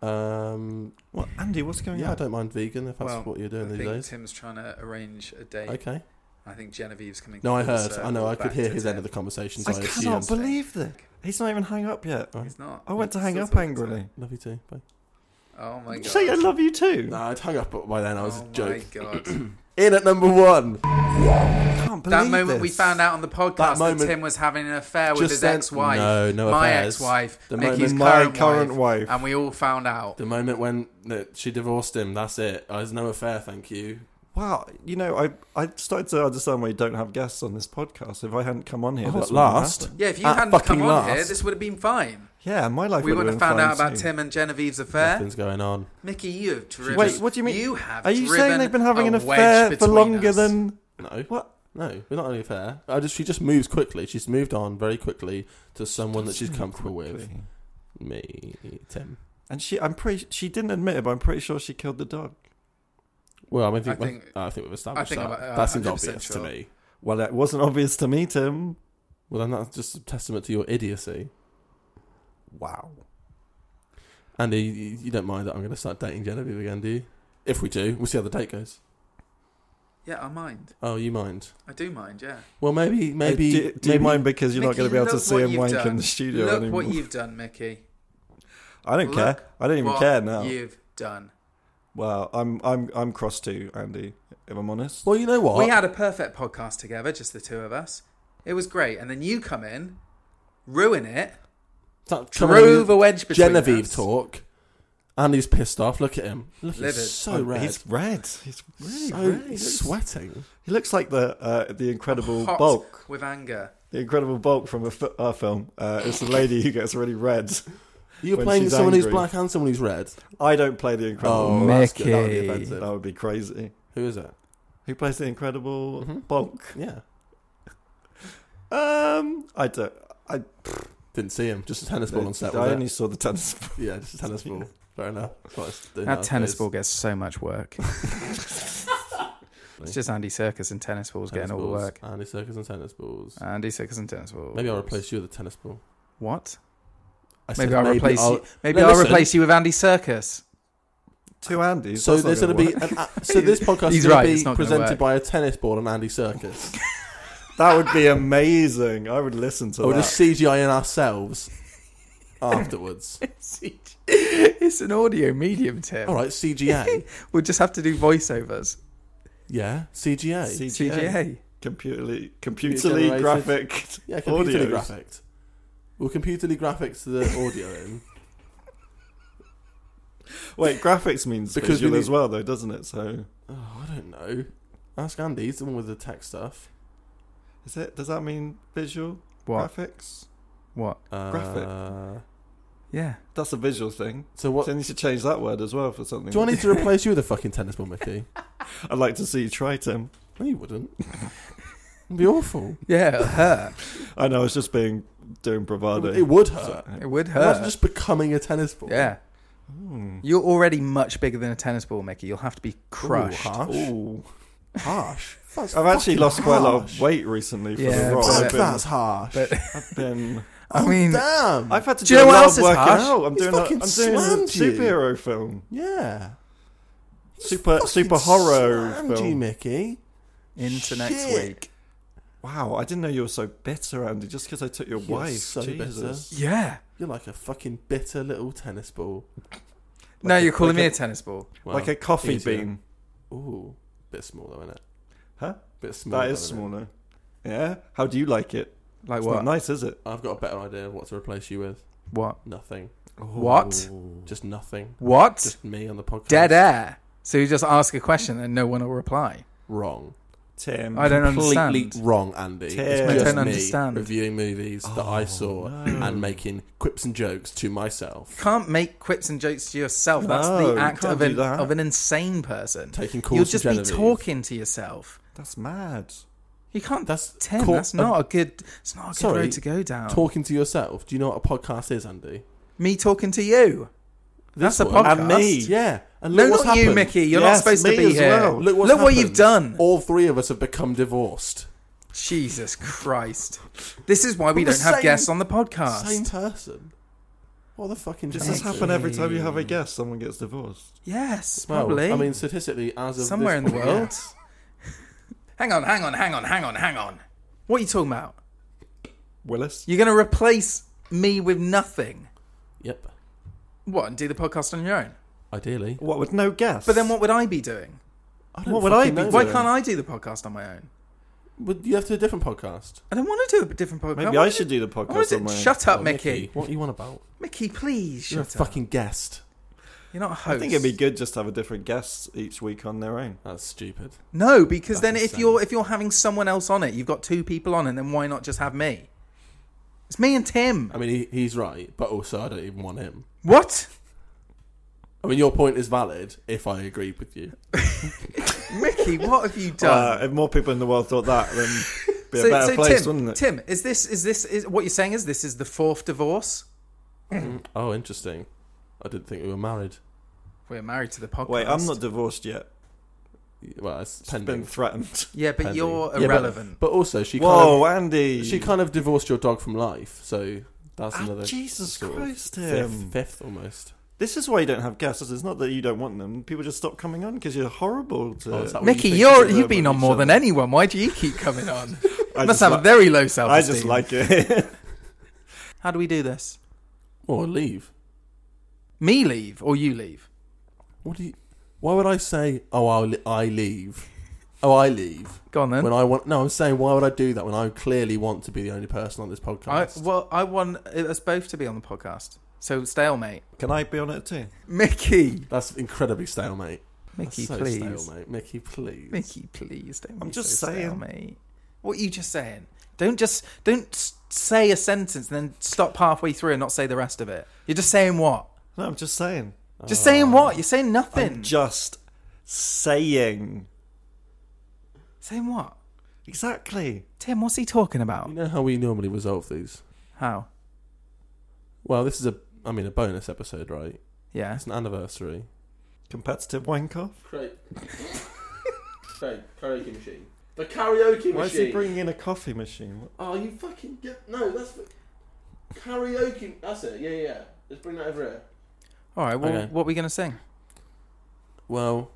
Speaker 3: Um,
Speaker 4: What, Andy? What's going
Speaker 3: yeah, I
Speaker 4: on?
Speaker 3: don't mind vegan if that's
Speaker 2: Well,
Speaker 3: what you're doing
Speaker 2: I
Speaker 3: these
Speaker 2: think
Speaker 3: days.
Speaker 2: Tim's trying to arrange a date.
Speaker 3: Okay.
Speaker 2: I think Genevieve's coming.
Speaker 3: No, I
Speaker 2: full
Speaker 3: heard. I know.
Speaker 2: circle
Speaker 3: I could
Speaker 2: back
Speaker 3: hear
Speaker 2: to
Speaker 3: his end
Speaker 2: Tim.
Speaker 3: of the conversation. So
Speaker 4: I
Speaker 3: I,
Speaker 4: cannot
Speaker 3: assumed-
Speaker 4: believe this. He's not even hung up yet.
Speaker 2: He's not.
Speaker 4: I went to
Speaker 2: He's
Speaker 4: hang
Speaker 2: still
Speaker 4: up
Speaker 2: talking to
Speaker 4: angrily.
Speaker 2: him.
Speaker 3: Love you too. Bye.
Speaker 2: Oh my god.
Speaker 4: Say I love you too.
Speaker 3: No, I'd hung up by then. I was
Speaker 2: Oh
Speaker 3: a
Speaker 2: my
Speaker 3: joke.
Speaker 2: god.
Speaker 3: In at number one.
Speaker 4: I can't believe
Speaker 2: That moment we
Speaker 4: this.
Speaker 2: found out on the podcast
Speaker 3: That
Speaker 2: that,
Speaker 3: moment-
Speaker 2: Tim was having an affair with
Speaker 3: Just
Speaker 2: his
Speaker 3: then-
Speaker 2: ex-wife,
Speaker 3: No, no
Speaker 2: my
Speaker 3: affairs.
Speaker 2: ex-wife,
Speaker 3: The
Speaker 2: Mickey's
Speaker 4: moment- My
Speaker 2: current,
Speaker 4: current
Speaker 2: wife,
Speaker 4: wife.
Speaker 2: and we all found out.
Speaker 3: The moment when no, she divorced him. That's it. I was no affair. Thank you.
Speaker 4: Wow, you know, I I started to understand why you don't have guests on this podcast. If I hadn't come on here,
Speaker 3: Oh,
Speaker 4: this
Speaker 3: at
Speaker 4: wouldn't have
Speaker 3: last.
Speaker 4: happened.
Speaker 2: Yeah, if you
Speaker 3: At
Speaker 2: hadn't
Speaker 3: fucking
Speaker 2: come on here,
Speaker 3: last.
Speaker 2: this would have been fine.
Speaker 4: yeah, my life
Speaker 2: We
Speaker 4: would
Speaker 2: wouldn't
Speaker 4: have
Speaker 2: have
Speaker 4: been
Speaker 2: found out
Speaker 4: fine
Speaker 2: about
Speaker 4: too.
Speaker 2: Tim and Genevieve's affair.
Speaker 3: Nothing's going on.
Speaker 2: Mickey, you have driven.
Speaker 4: Wait, what do you mean?
Speaker 2: You have.
Speaker 4: Are you
Speaker 2: driven
Speaker 4: saying they've been having an
Speaker 2: a
Speaker 4: affair
Speaker 2: wedge
Speaker 4: for
Speaker 2: between
Speaker 4: longer
Speaker 2: us?
Speaker 4: than
Speaker 3: No.
Speaker 4: what?
Speaker 3: No, we're not having an affair. I just she just moves quickly. She's moved on very quickly to someone that she's comfortable with. Me, Tim.
Speaker 4: And she, I'm pretty. She didn't admit it, but I'm pretty sure she killed the dog.
Speaker 3: Well, I mean, I think,
Speaker 2: I
Speaker 3: I
Speaker 2: think-
Speaker 3: think, we've established
Speaker 2: I think
Speaker 3: that.
Speaker 2: I'm, uh,
Speaker 3: that seems
Speaker 2: 100%
Speaker 3: obvious to
Speaker 2: sure.
Speaker 3: me.
Speaker 4: Well, it wasn't obvious to me, Tim.
Speaker 3: Well, then that's just a testament to your idiocy.
Speaker 4: Wow.
Speaker 3: Andy, you, you don't mind that I'm going to start dating Genevieve again, do you? If we do, we'll see how the date goes.
Speaker 2: Yeah, I mind.
Speaker 3: Oh, you mind?
Speaker 2: I do mind. Yeah.
Speaker 3: Well, maybe, maybe,
Speaker 4: Uh, do, do you
Speaker 3: maybe-
Speaker 4: mind because you're not
Speaker 2: Mickey,
Speaker 4: going to be able to
Speaker 2: look
Speaker 4: see
Speaker 2: what
Speaker 4: him
Speaker 2: you've
Speaker 4: wank in
Speaker 2: done.
Speaker 4: the studio
Speaker 2: Look
Speaker 4: anymore?
Speaker 2: what you've done, Mickey.
Speaker 4: I don't
Speaker 2: Look
Speaker 4: care. I don't even
Speaker 2: what
Speaker 4: care now.
Speaker 2: You've done.
Speaker 4: Well, I'm I'm I'm cross too, Andy. If I'm honest.
Speaker 3: Well, you know what?
Speaker 2: We had a perfect podcast together, just the two of us. It was great, and then you come in, ruin it.
Speaker 3: Start
Speaker 2: drove
Speaker 3: trying-
Speaker 2: a wedge between
Speaker 3: Genevieve
Speaker 2: us.
Speaker 3: talk. Andy's pissed off. Look at him. Look, he's
Speaker 2: Livid.
Speaker 3: so red.
Speaker 4: Oh, He's red. He's really
Speaker 3: so
Speaker 4: red.
Speaker 3: he's
Speaker 4: He looks-
Speaker 3: sweating.
Speaker 4: He looks like the uh, the Incredible
Speaker 2: Hot
Speaker 4: Bulk.
Speaker 2: with anger.
Speaker 4: The Incredible Bulk from a fi- our film. Uh, it's a lady who gets really red.
Speaker 3: You're
Speaker 4: When
Speaker 3: playing
Speaker 4: she's
Speaker 3: someone who's
Speaker 4: angry.
Speaker 3: black and someone who's red.
Speaker 4: I don't play the Incredible.
Speaker 3: Oh, that's good. That would be
Speaker 2: Mickey.
Speaker 3: offensive.
Speaker 4: That would be crazy.
Speaker 3: Who is it?
Speaker 4: Who plays the Incredible
Speaker 3: Mhm.
Speaker 4: Bulk?
Speaker 3: Yeah.
Speaker 4: Um, I don't. I,
Speaker 3: Didn't see him. Just a tennis ball on set.
Speaker 4: I
Speaker 3: was it?
Speaker 4: only saw the tennis. ball.
Speaker 3: Yeah, just a tennis ball. Fair enough. That's what I was doing
Speaker 2: That tennis
Speaker 3: nowadays.
Speaker 2: ball gets so much work. it's just Andy Circus and tennis balls
Speaker 3: Tennis
Speaker 2: getting all the
Speaker 3: balls,
Speaker 2: work.
Speaker 3: Andy Circus and tennis balls.
Speaker 2: Andy Circus and tennis balls.
Speaker 3: maybe I'll replace you with a tennis ball.
Speaker 2: What?
Speaker 3: I
Speaker 2: Maybe
Speaker 3: said
Speaker 2: I'll replace you. Maybe
Speaker 3: No,
Speaker 2: I'll
Speaker 3: listen.
Speaker 2: replace you with Andy Circus.
Speaker 4: Two Andys.
Speaker 3: So
Speaker 4: that's not
Speaker 3: there's going to
Speaker 4: gonna
Speaker 3: be
Speaker 4: work.
Speaker 3: an, a- so this podcast
Speaker 2: He's
Speaker 3: is going
Speaker 2: right, it's
Speaker 3: to be
Speaker 2: not gonna
Speaker 3: presented
Speaker 2: work.
Speaker 3: by a tennis ball and Andy Circus.
Speaker 4: that would be amazing. I would listen to
Speaker 3: or
Speaker 4: that.
Speaker 3: just CGI in ourselves afterwards.
Speaker 2: it's an audio medium, Tim.
Speaker 3: All right, CGA.
Speaker 2: We'll just have to do voiceovers.
Speaker 3: Yeah, CGA.
Speaker 2: CGA.
Speaker 4: computerly,
Speaker 3: Computer-generated.
Speaker 4: computerly graphic.
Speaker 3: yeah, computerly
Speaker 4: audios.
Speaker 3: graphics. We'll computerly graphics to the audio in.
Speaker 4: Wait, graphics means
Speaker 3: Because we
Speaker 4: visual
Speaker 3: need-
Speaker 4: as well, though, doesn't it? So
Speaker 3: Oh, I don't know. Ask Andy. He's the one with the tech stuff.
Speaker 4: is it? Does that mean visual
Speaker 2: What?
Speaker 4: graphics?
Speaker 2: What?
Speaker 3: Uh,
Speaker 4: Graphic.
Speaker 2: Yeah.
Speaker 4: That's a visual thing.
Speaker 3: So what?
Speaker 4: So I need to change that word as well for something.
Speaker 3: Do I need to replace you with a fucking tennis ball, Mickey?
Speaker 4: I'd like to see you try, Tim.
Speaker 3: No, you wouldn't. It'd be awful.
Speaker 2: Yeah, it'll hurt.
Speaker 4: I know. I was just being doing bravado.
Speaker 3: It would hurt.
Speaker 2: It would
Speaker 3: Imagine
Speaker 2: hurt.
Speaker 3: just becoming a tennis ball.
Speaker 2: Yeah. You're already much bigger than a tennis ball, Mickey. You'll have to be crushed.
Speaker 3: Ooh, harsh.
Speaker 4: Ooh.
Speaker 3: Harsh. That's
Speaker 4: I've actually
Speaker 3: fucking
Speaker 4: lost quite a lot
Speaker 3: harsh.
Speaker 4: of weight recently for
Speaker 2: Yeah,
Speaker 4: the role.
Speaker 2: but-
Speaker 4: I've
Speaker 3: That's,
Speaker 4: been,
Speaker 3: that's harsh. Oh,
Speaker 2: But
Speaker 4: I've been-
Speaker 2: I mean,
Speaker 3: Damn.
Speaker 4: I've had to
Speaker 2: Do
Speaker 4: do,
Speaker 2: you know
Speaker 4: a
Speaker 2: what
Speaker 4: lot
Speaker 2: else
Speaker 4: of
Speaker 2: is
Speaker 4: working
Speaker 2: harsh?
Speaker 4: out. I'm
Speaker 3: He's
Speaker 4: doing, a, I'm
Speaker 3: fucking
Speaker 4: doing a
Speaker 3: slammed you.
Speaker 4: superhero film,
Speaker 3: yeah.
Speaker 4: super
Speaker 3: Fucking
Speaker 4: super horror
Speaker 3: slammed
Speaker 4: film.
Speaker 3: you, Mickey.
Speaker 2: into next
Speaker 3: Shit.
Speaker 2: week.
Speaker 4: Wow, I didn't know you were so bitter, Andy, just because I took your
Speaker 3: You're
Speaker 4: wife.
Speaker 3: so bitter.
Speaker 4: Jesus.
Speaker 2: Yeah.
Speaker 3: You're like a fucking bitter little tennis ball.
Speaker 2: No, you're calling
Speaker 4: like
Speaker 2: me
Speaker 4: a-
Speaker 2: a tennis ball.
Speaker 3: Well,
Speaker 4: like a coffee
Speaker 3: easier.
Speaker 4: bean.
Speaker 3: Ooh, bit smaller, isn't it?
Speaker 4: Huh?
Speaker 3: Bit smaller.
Speaker 4: That is
Speaker 3: isn't it?
Speaker 4: smaller. Yeah? How do you like it?
Speaker 2: Like
Speaker 4: It's
Speaker 2: what?
Speaker 4: not nice, is it?
Speaker 3: I've got a better idea of what to replace you with.
Speaker 2: What?
Speaker 3: Nothing.
Speaker 2: What?
Speaker 3: Just nothing.
Speaker 2: What?
Speaker 3: Just me on the podcast.
Speaker 2: Dead air. So you just ask a question and no one will reply.
Speaker 3: Wrong.
Speaker 4: Tim.
Speaker 2: I don't
Speaker 3: Completely
Speaker 2: understand.
Speaker 3: wrong, Andy. It's
Speaker 4: Tears. I
Speaker 3: just
Speaker 2: don't
Speaker 3: me
Speaker 2: understand.
Speaker 3: Reviewing movies that
Speaker 2: Oh,
Speaker 3: I saw and making quips and jokes to myself.
Speaker 2: Can't make quips and jokes to yourself. That's
Speaker 4: No,
Speaker 2: the
Speaker 4: you
Speaker 2: act
Speaker 4: can't
Speaker 2: of an
Speaker 4: do that.
Speaker 2: of an insane person.
Speaker 3: Taking calls
Speaker 2: You'll
Speaker 3: from
Speaker 2: just be
Speaker 3: Genevieve.
Speaker 2: talking to yourself.
Speaker 4: That's mad.
Speaker 2: You can't.
Speaker 3: That's
Speaker 2: That's Tim.
Speaker 3: call-
Speaker 2: that's not a good. It's not a good
Speaker 3: Sorry,
Speaker 2: road to go down.
Speaker 3: Talking to yourself. Do you know what a podcast is, Andy?
Speaker 2: me talking to you. that's a
Speaker 3: one.
Speaker 2: podcast.
Speaker 4: And me.
Speaker 3: Yeah. And
Speaker 2: No,
Speaker 3: look what's
Speaker 2: not you,
Speaker 3: happened.
Speaker 2: Mickey. You're
Speaker 4: Yes,
Speaker 2: not supposed to
Speaker 4: me
Speaker 2: be
Speaker 4: as
Speaker 2: here.
Speaker 4: well.
Speaker 3: Look, what's
Speaker 2: what
Speaker 3: happened.
Speaker 2: you've done.
Speaker 3: All three of us have become divorced.
Speaker 2: Jesus Christ! This is why we
Speaker 3: We're
Speaker 2: don't
Speaker 3: the
Speaker 2: have
Speaker 3: same-
Speaker 2: guests on the podcast.
Speaker 3: Same person. What the fucking
Speaker 4: Does this
Speaker 3: chances?
Speaker 4: happen every time you have a guest? Someone gets divorced.
Speaker 2: Yes,
Speaker 3: Well,
Speaker 2: probably.
Speaker 3: I mean, statistically, as of
Speaker 2: somewhere in
Speaker 3: this
Speaker 2: the
Speaker 3: point,
Speaker 2: world.
Speaker 3: yes.
Speaker 2: Hang on, hang on, hang on, hang on, hang on. What are you talking about?
Speaker 4: Willis?
Speaker 2: You're going to replace me with nothing.
Speaker 3: Yep.
Speaker 2: What, and do the podcast on your own?
Speaker 3: Ideally.
Speaker 4: What, with no guest?
Speaker 2: But then what would I be doing?
Speaker 3: I don't
Speaker 4: What would I
Speaker 3: fucking
Speaker 4: be
Speaker 3: know.
Speaker 2: Why
Speaker 4: doing?
Speaker 2: can't I do the podcast on my own?
Speaker 3: Would you have to do a different podcast?
Speaker 2: I don't want to do a different podcast.
Speaker 4: Maybe
Speaker 2: wanna
Speaker 4: I should do the podcast
Speaker 2: wanna do-
Speaker 4: on my own.
Speaker 2: Shut up,
Speaker 3: Oh,
Speaker 2: Mickey.
Speaker 3: What are you on about?
Speaker 2: Mickey, please shut
Speaker 3: You're a
Speaker 2: up.
Speaker 3: fucking guest.
Speaker 2: You're not a host.
Speaker 4: I think it'd be good just to have a different guest each week on their own.
Speaker 3: That's stupid.
Speaker 2: No, because then
Speaker 3: That's
Speaker 2: if you're
Speaker 3: insane.
Speaker 2: if you're having someone else on it, you've got two people on it, then why not just have me? It's me and Tim.
Speaker 3: I mean, he, he's right, but also I don't even want him.
Speaker 2: What?
Speaker 3: I mean, your point is valid if I agree with you.
Speaker 2: Mickey, what have you done?
Speaker 4: Uh, if more people in the world thought that, then it'd be a better place,
Speaker 2: Tim,
Speaker 4: wouldn't it?
Speaker 2: Tim, is this is this is what you're saying is this is the fourth divorce?
Speaker 3: Oh, interesting. I didn't think we were married.
Speaker 2: We're married to the podcast.
Speaker 4: Wait, I'm not divorced yet.
Speaker 3: Well, it's
Speaker 4: It's
Speaker 3: pending.
Speaker 4: been threatened.
Speaker 2: Yeah, but
Speaker 3: pending.
Speaker 2: you're
Speaker 3: Yeah, but-
Speaker 2: irrelevant.
Speaker 3: but, also, she
Speaker 4: Whoa,
Speaker 3: kind
Speaker 4: Andy!
Speaker 3: of, she kind of divorced your dog from life, so that's
Speaker 4: Ah,
Speaker 3: another.
Speaker 4: Jesus
Speaker 3: sort of
Speaker 4: Christ, Tim.
Speaker 3: fifth, fifth almost.
Speaker 4: This is why you don't have guests. It's not that you don't want them. People just stop coming on because you're horrible to.
Speaker 3: Oh, is that what
Speaker 2: Mickey,
Speaker 3: you think
Speaker 2: you're
Speaker 3: she's
Speaker 2: you've been
Speaker 3: about
Speaker 2: on more
Speaker 3: each
Speaker 2: than
Speaker 3: other?
Speaker 2: anyone. Why do you keep coming on?
Speaker 4: I
Speaker 2: Must
Speaker 4: just
Speaker 2: have
Speaker 4: li-
Speaker 2: very low self.
Speaker 4: I just like it.
Speaker 2: How do we do this?
Speaker 3: Or leave.
Speaker 2: Me leave or you leave?
Speaker 3: What do you? Why would I say? Oh, I'll, li- I leave. Oh, I leave.
Speaker 2: Go on then.
Speaker 3: When I want, no, I'm saying why would I do that when I clearly want to be the only person on this
Speaker 2: I,
Speaker 3: podcast?
Speaker 2: well, I want us both to be on the podcast. So stalemate.
Speaker 4: Can I be on it too?
Speaker 2: Mickey,
Speaker 3: That's incredibly stalemate.
Speaker 2: Mickey,
Speaker 3: That's so
Speaker 2: please,
Speaker 3: stalemate. Mickey, please.
Speaker 2: Mickey, please don't.
Speaker 4: I'm
Speaker 2: be
Speaker 4: just
Speaker 2: so
Speaker 4: saying.
Speaker 2: stalemate. What are you just saying? Don't just don't s- say a sentence and then stop halfway through and not say the rest of it. You're just saying what?
Speaker 4: No, I'm just saying.
Speaker 2: Just saying what? You're saying
Speaker 4: I'm
Speaker 2: nothing.
Speaker 4: just saying.
Speaker 2: saying what?
Speaker 4: Exactly.
Speaker 2: Tim, what's he talking about?
Speaker 3: You know how we normally resolve these?
Speaker 2: How?
Speaker 3: Well, this is a, I mean, a bonus episode, right?
Speaker 2: Yeah.
Speaker 3: It's an anniversary.
Speaker 4: Competitive wank off.
Speaker 3: Craig. Craig, karaoke machine. The karaoke
Speaker 4: Why is he bringing in a coffee machine? What-
Speaker 3: Oh, you fucking get no. That's karaoke. That's it. Yeah, yeah. Let's bring that over here.
Speaker 2: All right. Well,
Speaker 3: Okay.
Speaker 2: what are we gonna sing?
Speaker 3: Well,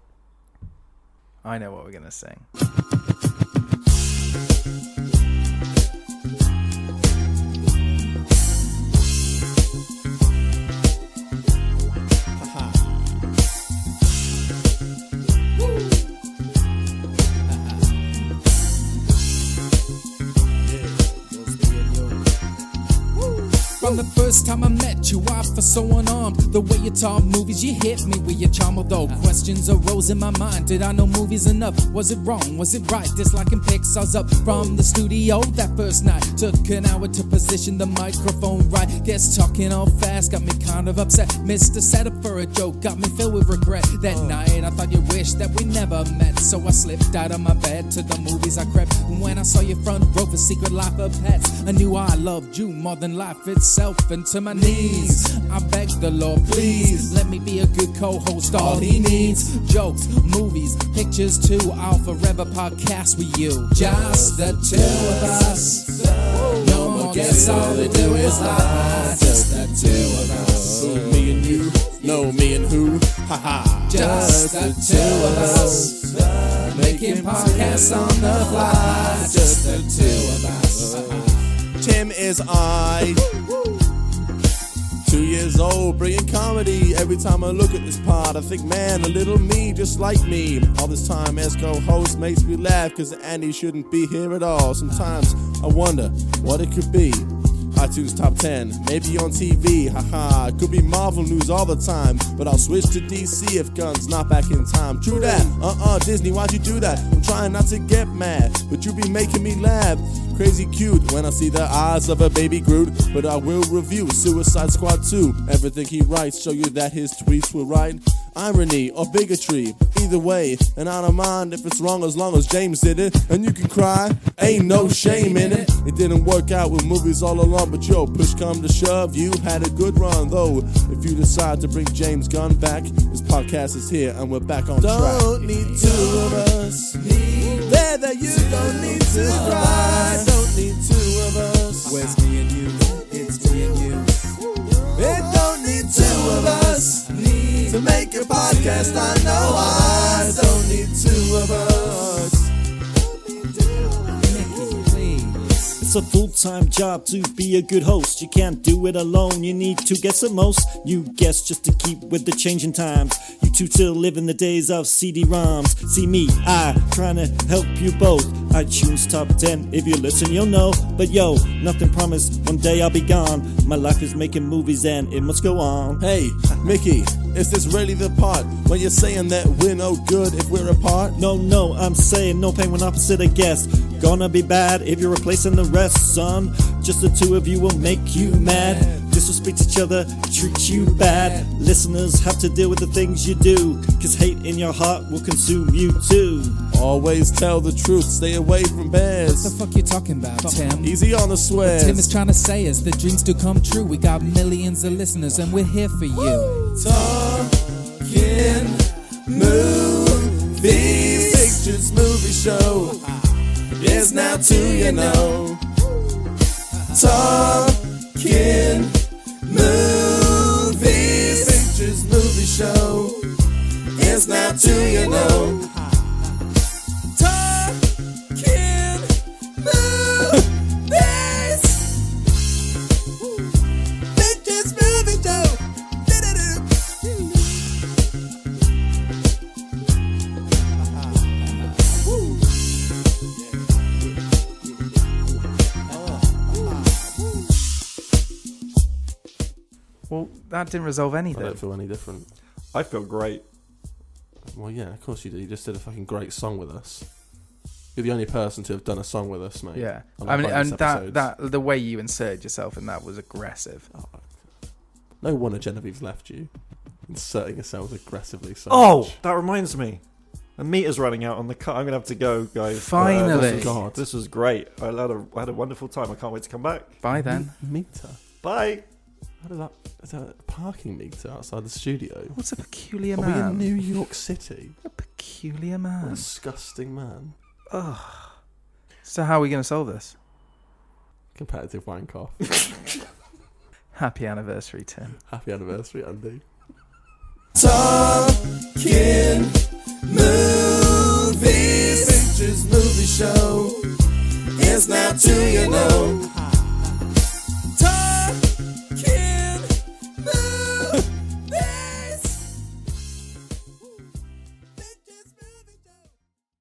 Speaker 2: I know what we're gonna sing.
Speaker 7: From the first time I met you, I felt so unarmed. The way you taught movies, you hit me with your charm. Although questions arose in my mind, did I know movies enough? Was it wrong? Was it right? Disliking Pixar's up from the studio that first night. Took an hour to position the microphone right. Guess talking all fast got me kind of upset. Missed the setup for a joke, got me filled with regret. That night, I thought you wished that we never met, so I slipped out of my bed to the movies. I crept And when I saw your front row for Secret Life of Pets. I knew I loved you more than life itself. And to my knees, I beg the Lord, please let me be a good co-host. All he needs jokes, movies, pictures too. I'll forever podcast with you, just the two of us. No more guess, all they do is lie. Just the two of us.
Speaker 3: me and you. No, me and who? Haha.
Speaker 7: Just the two of us. Making podcasts on the fly. Just the two of us.
Speaker 3: Tim is I. Two years old, bringing comedy. Every time I look at this pod, I think, man, a little me just like me. All this time as co host makes me laugh because Andy shouldn't be here at all. Sometimes I wonder what it could be. iTunes top 10, maybe on TV, haha. Could be Marvel news all the time, but I'll switch to DC if Gun's not back in time. True that, uh uh, Disney, why'd you do that? I'm trying not to get mad, but you be making me laugh. Crazy cute when I see the eyes of a baby Groot, but I will review Suicide Squad 2. Everything he writes, show you that his tweets were right. Irony or bigotry, either way, and I don't mind if it's wrong as long as James did it. And you can cry, ain't no shame in it. It didn't work out with movies all along, but yo, push come to shove, you had a good run though. If you decide to bring James Gunn back, this podcast is here and we're back on track.
Speaker 7: Don't need two of us. There that you don't need to cry. Don't need two of us. Where's me and you? It's me and you. It don't need two of us to make a podcast. I know I don't need two of us.
Speaker 8: It's a full time job to be a good host. You can't do it alone. You need to get some most. You guess just to keep with the changing times. You two still live in the days of CD ROMs. See me, I, trying to help you both. iTunes top 10. If you listen, you'll know. But yo, nothing promised. One day I'll be gone. My life is making movies and it must go on.
Speaker 3: Hey, Mickey, is this really the part when you're saying that we're no good if we're apart?
Speaker 8: No, no, I'm saying no pain when opposite a guess. Gonna be bad if you're replacing the rest, son. Just the two of you will make you mad. Disrespect each other, treat you bad. Listeners have to deal with the things you do, cause hate in your heart will consume you too.
Speaker 3: Always tell the truth, stay away from bears.
Speaker 7: What the fuck you talking about, Tim?
Speaker 3: Easy on the swear.
Speaker 7: Tim is trying to say is the dreams do come true. We got millions of listeners and we're here for you.
Speaker 3: Talking movies. Pictures movie show. It's now two, you know. Talking movies. Pictures movie show. It's now two, you know.
Speaker 7: Talking movies. Bitches movie show.
Speaker 2: Well, that didn't resolve
Speaker 3: I
Speaker 2: anything.
Speaker 3: don't feel any different.
Speaker 4: I feel great.
Speaker 3: Well, yeah, of course you did. You just did a fucking great song with us. You're the only person to have done a song with us, mate.
Speaker 2: Yeah,
Speaker 3: on
Speaker 2: I mean,
Speaker 3: bonus
Speaker 2: and that,
Speaker 3: episodes.
Speaker 2: that the way you inserted yourself in that was aggressive.
Speaker 3: No wonder Genevieve's left you. Inserting yourselves aggressively so
Speaker 4: Oh,
Speaker 3: much.
Speaker 4: that reminds me. The meter's running out on the car. I'm gonna have to go, guys. Uh,
Speaker 2: Finally.
Speaker 4: this, was, this was great. I had a I had a wonderful time. I can't wait to come back.
Speaker 2: Bye then.
Speaker 3: Meter.
Speaker 4: Bye.
Speaker 3: How does that... Is that a parking meter outside the studio?
Speaker 2: What's a peculiar
Speaker 3: Are we in
Speaker 2: man?
Speaker 3: New York City?
Speaker 2: a peculiar
Speaker 3: What a
Speaker 2: man.
Speaker 3: disgusting man.
Speaker 2: So how are we going to solve this?
Speaker 3: Competitive wank off.
Speaker 2: Happy anniversary, Tim.
Speaker 3: Happy anniversary, Andy.
Speaker 7: Talking movies.
Speaker 3: Pictures movie show.
Speaker 7: It's now two, you know. Talking movies. Bitches movie show.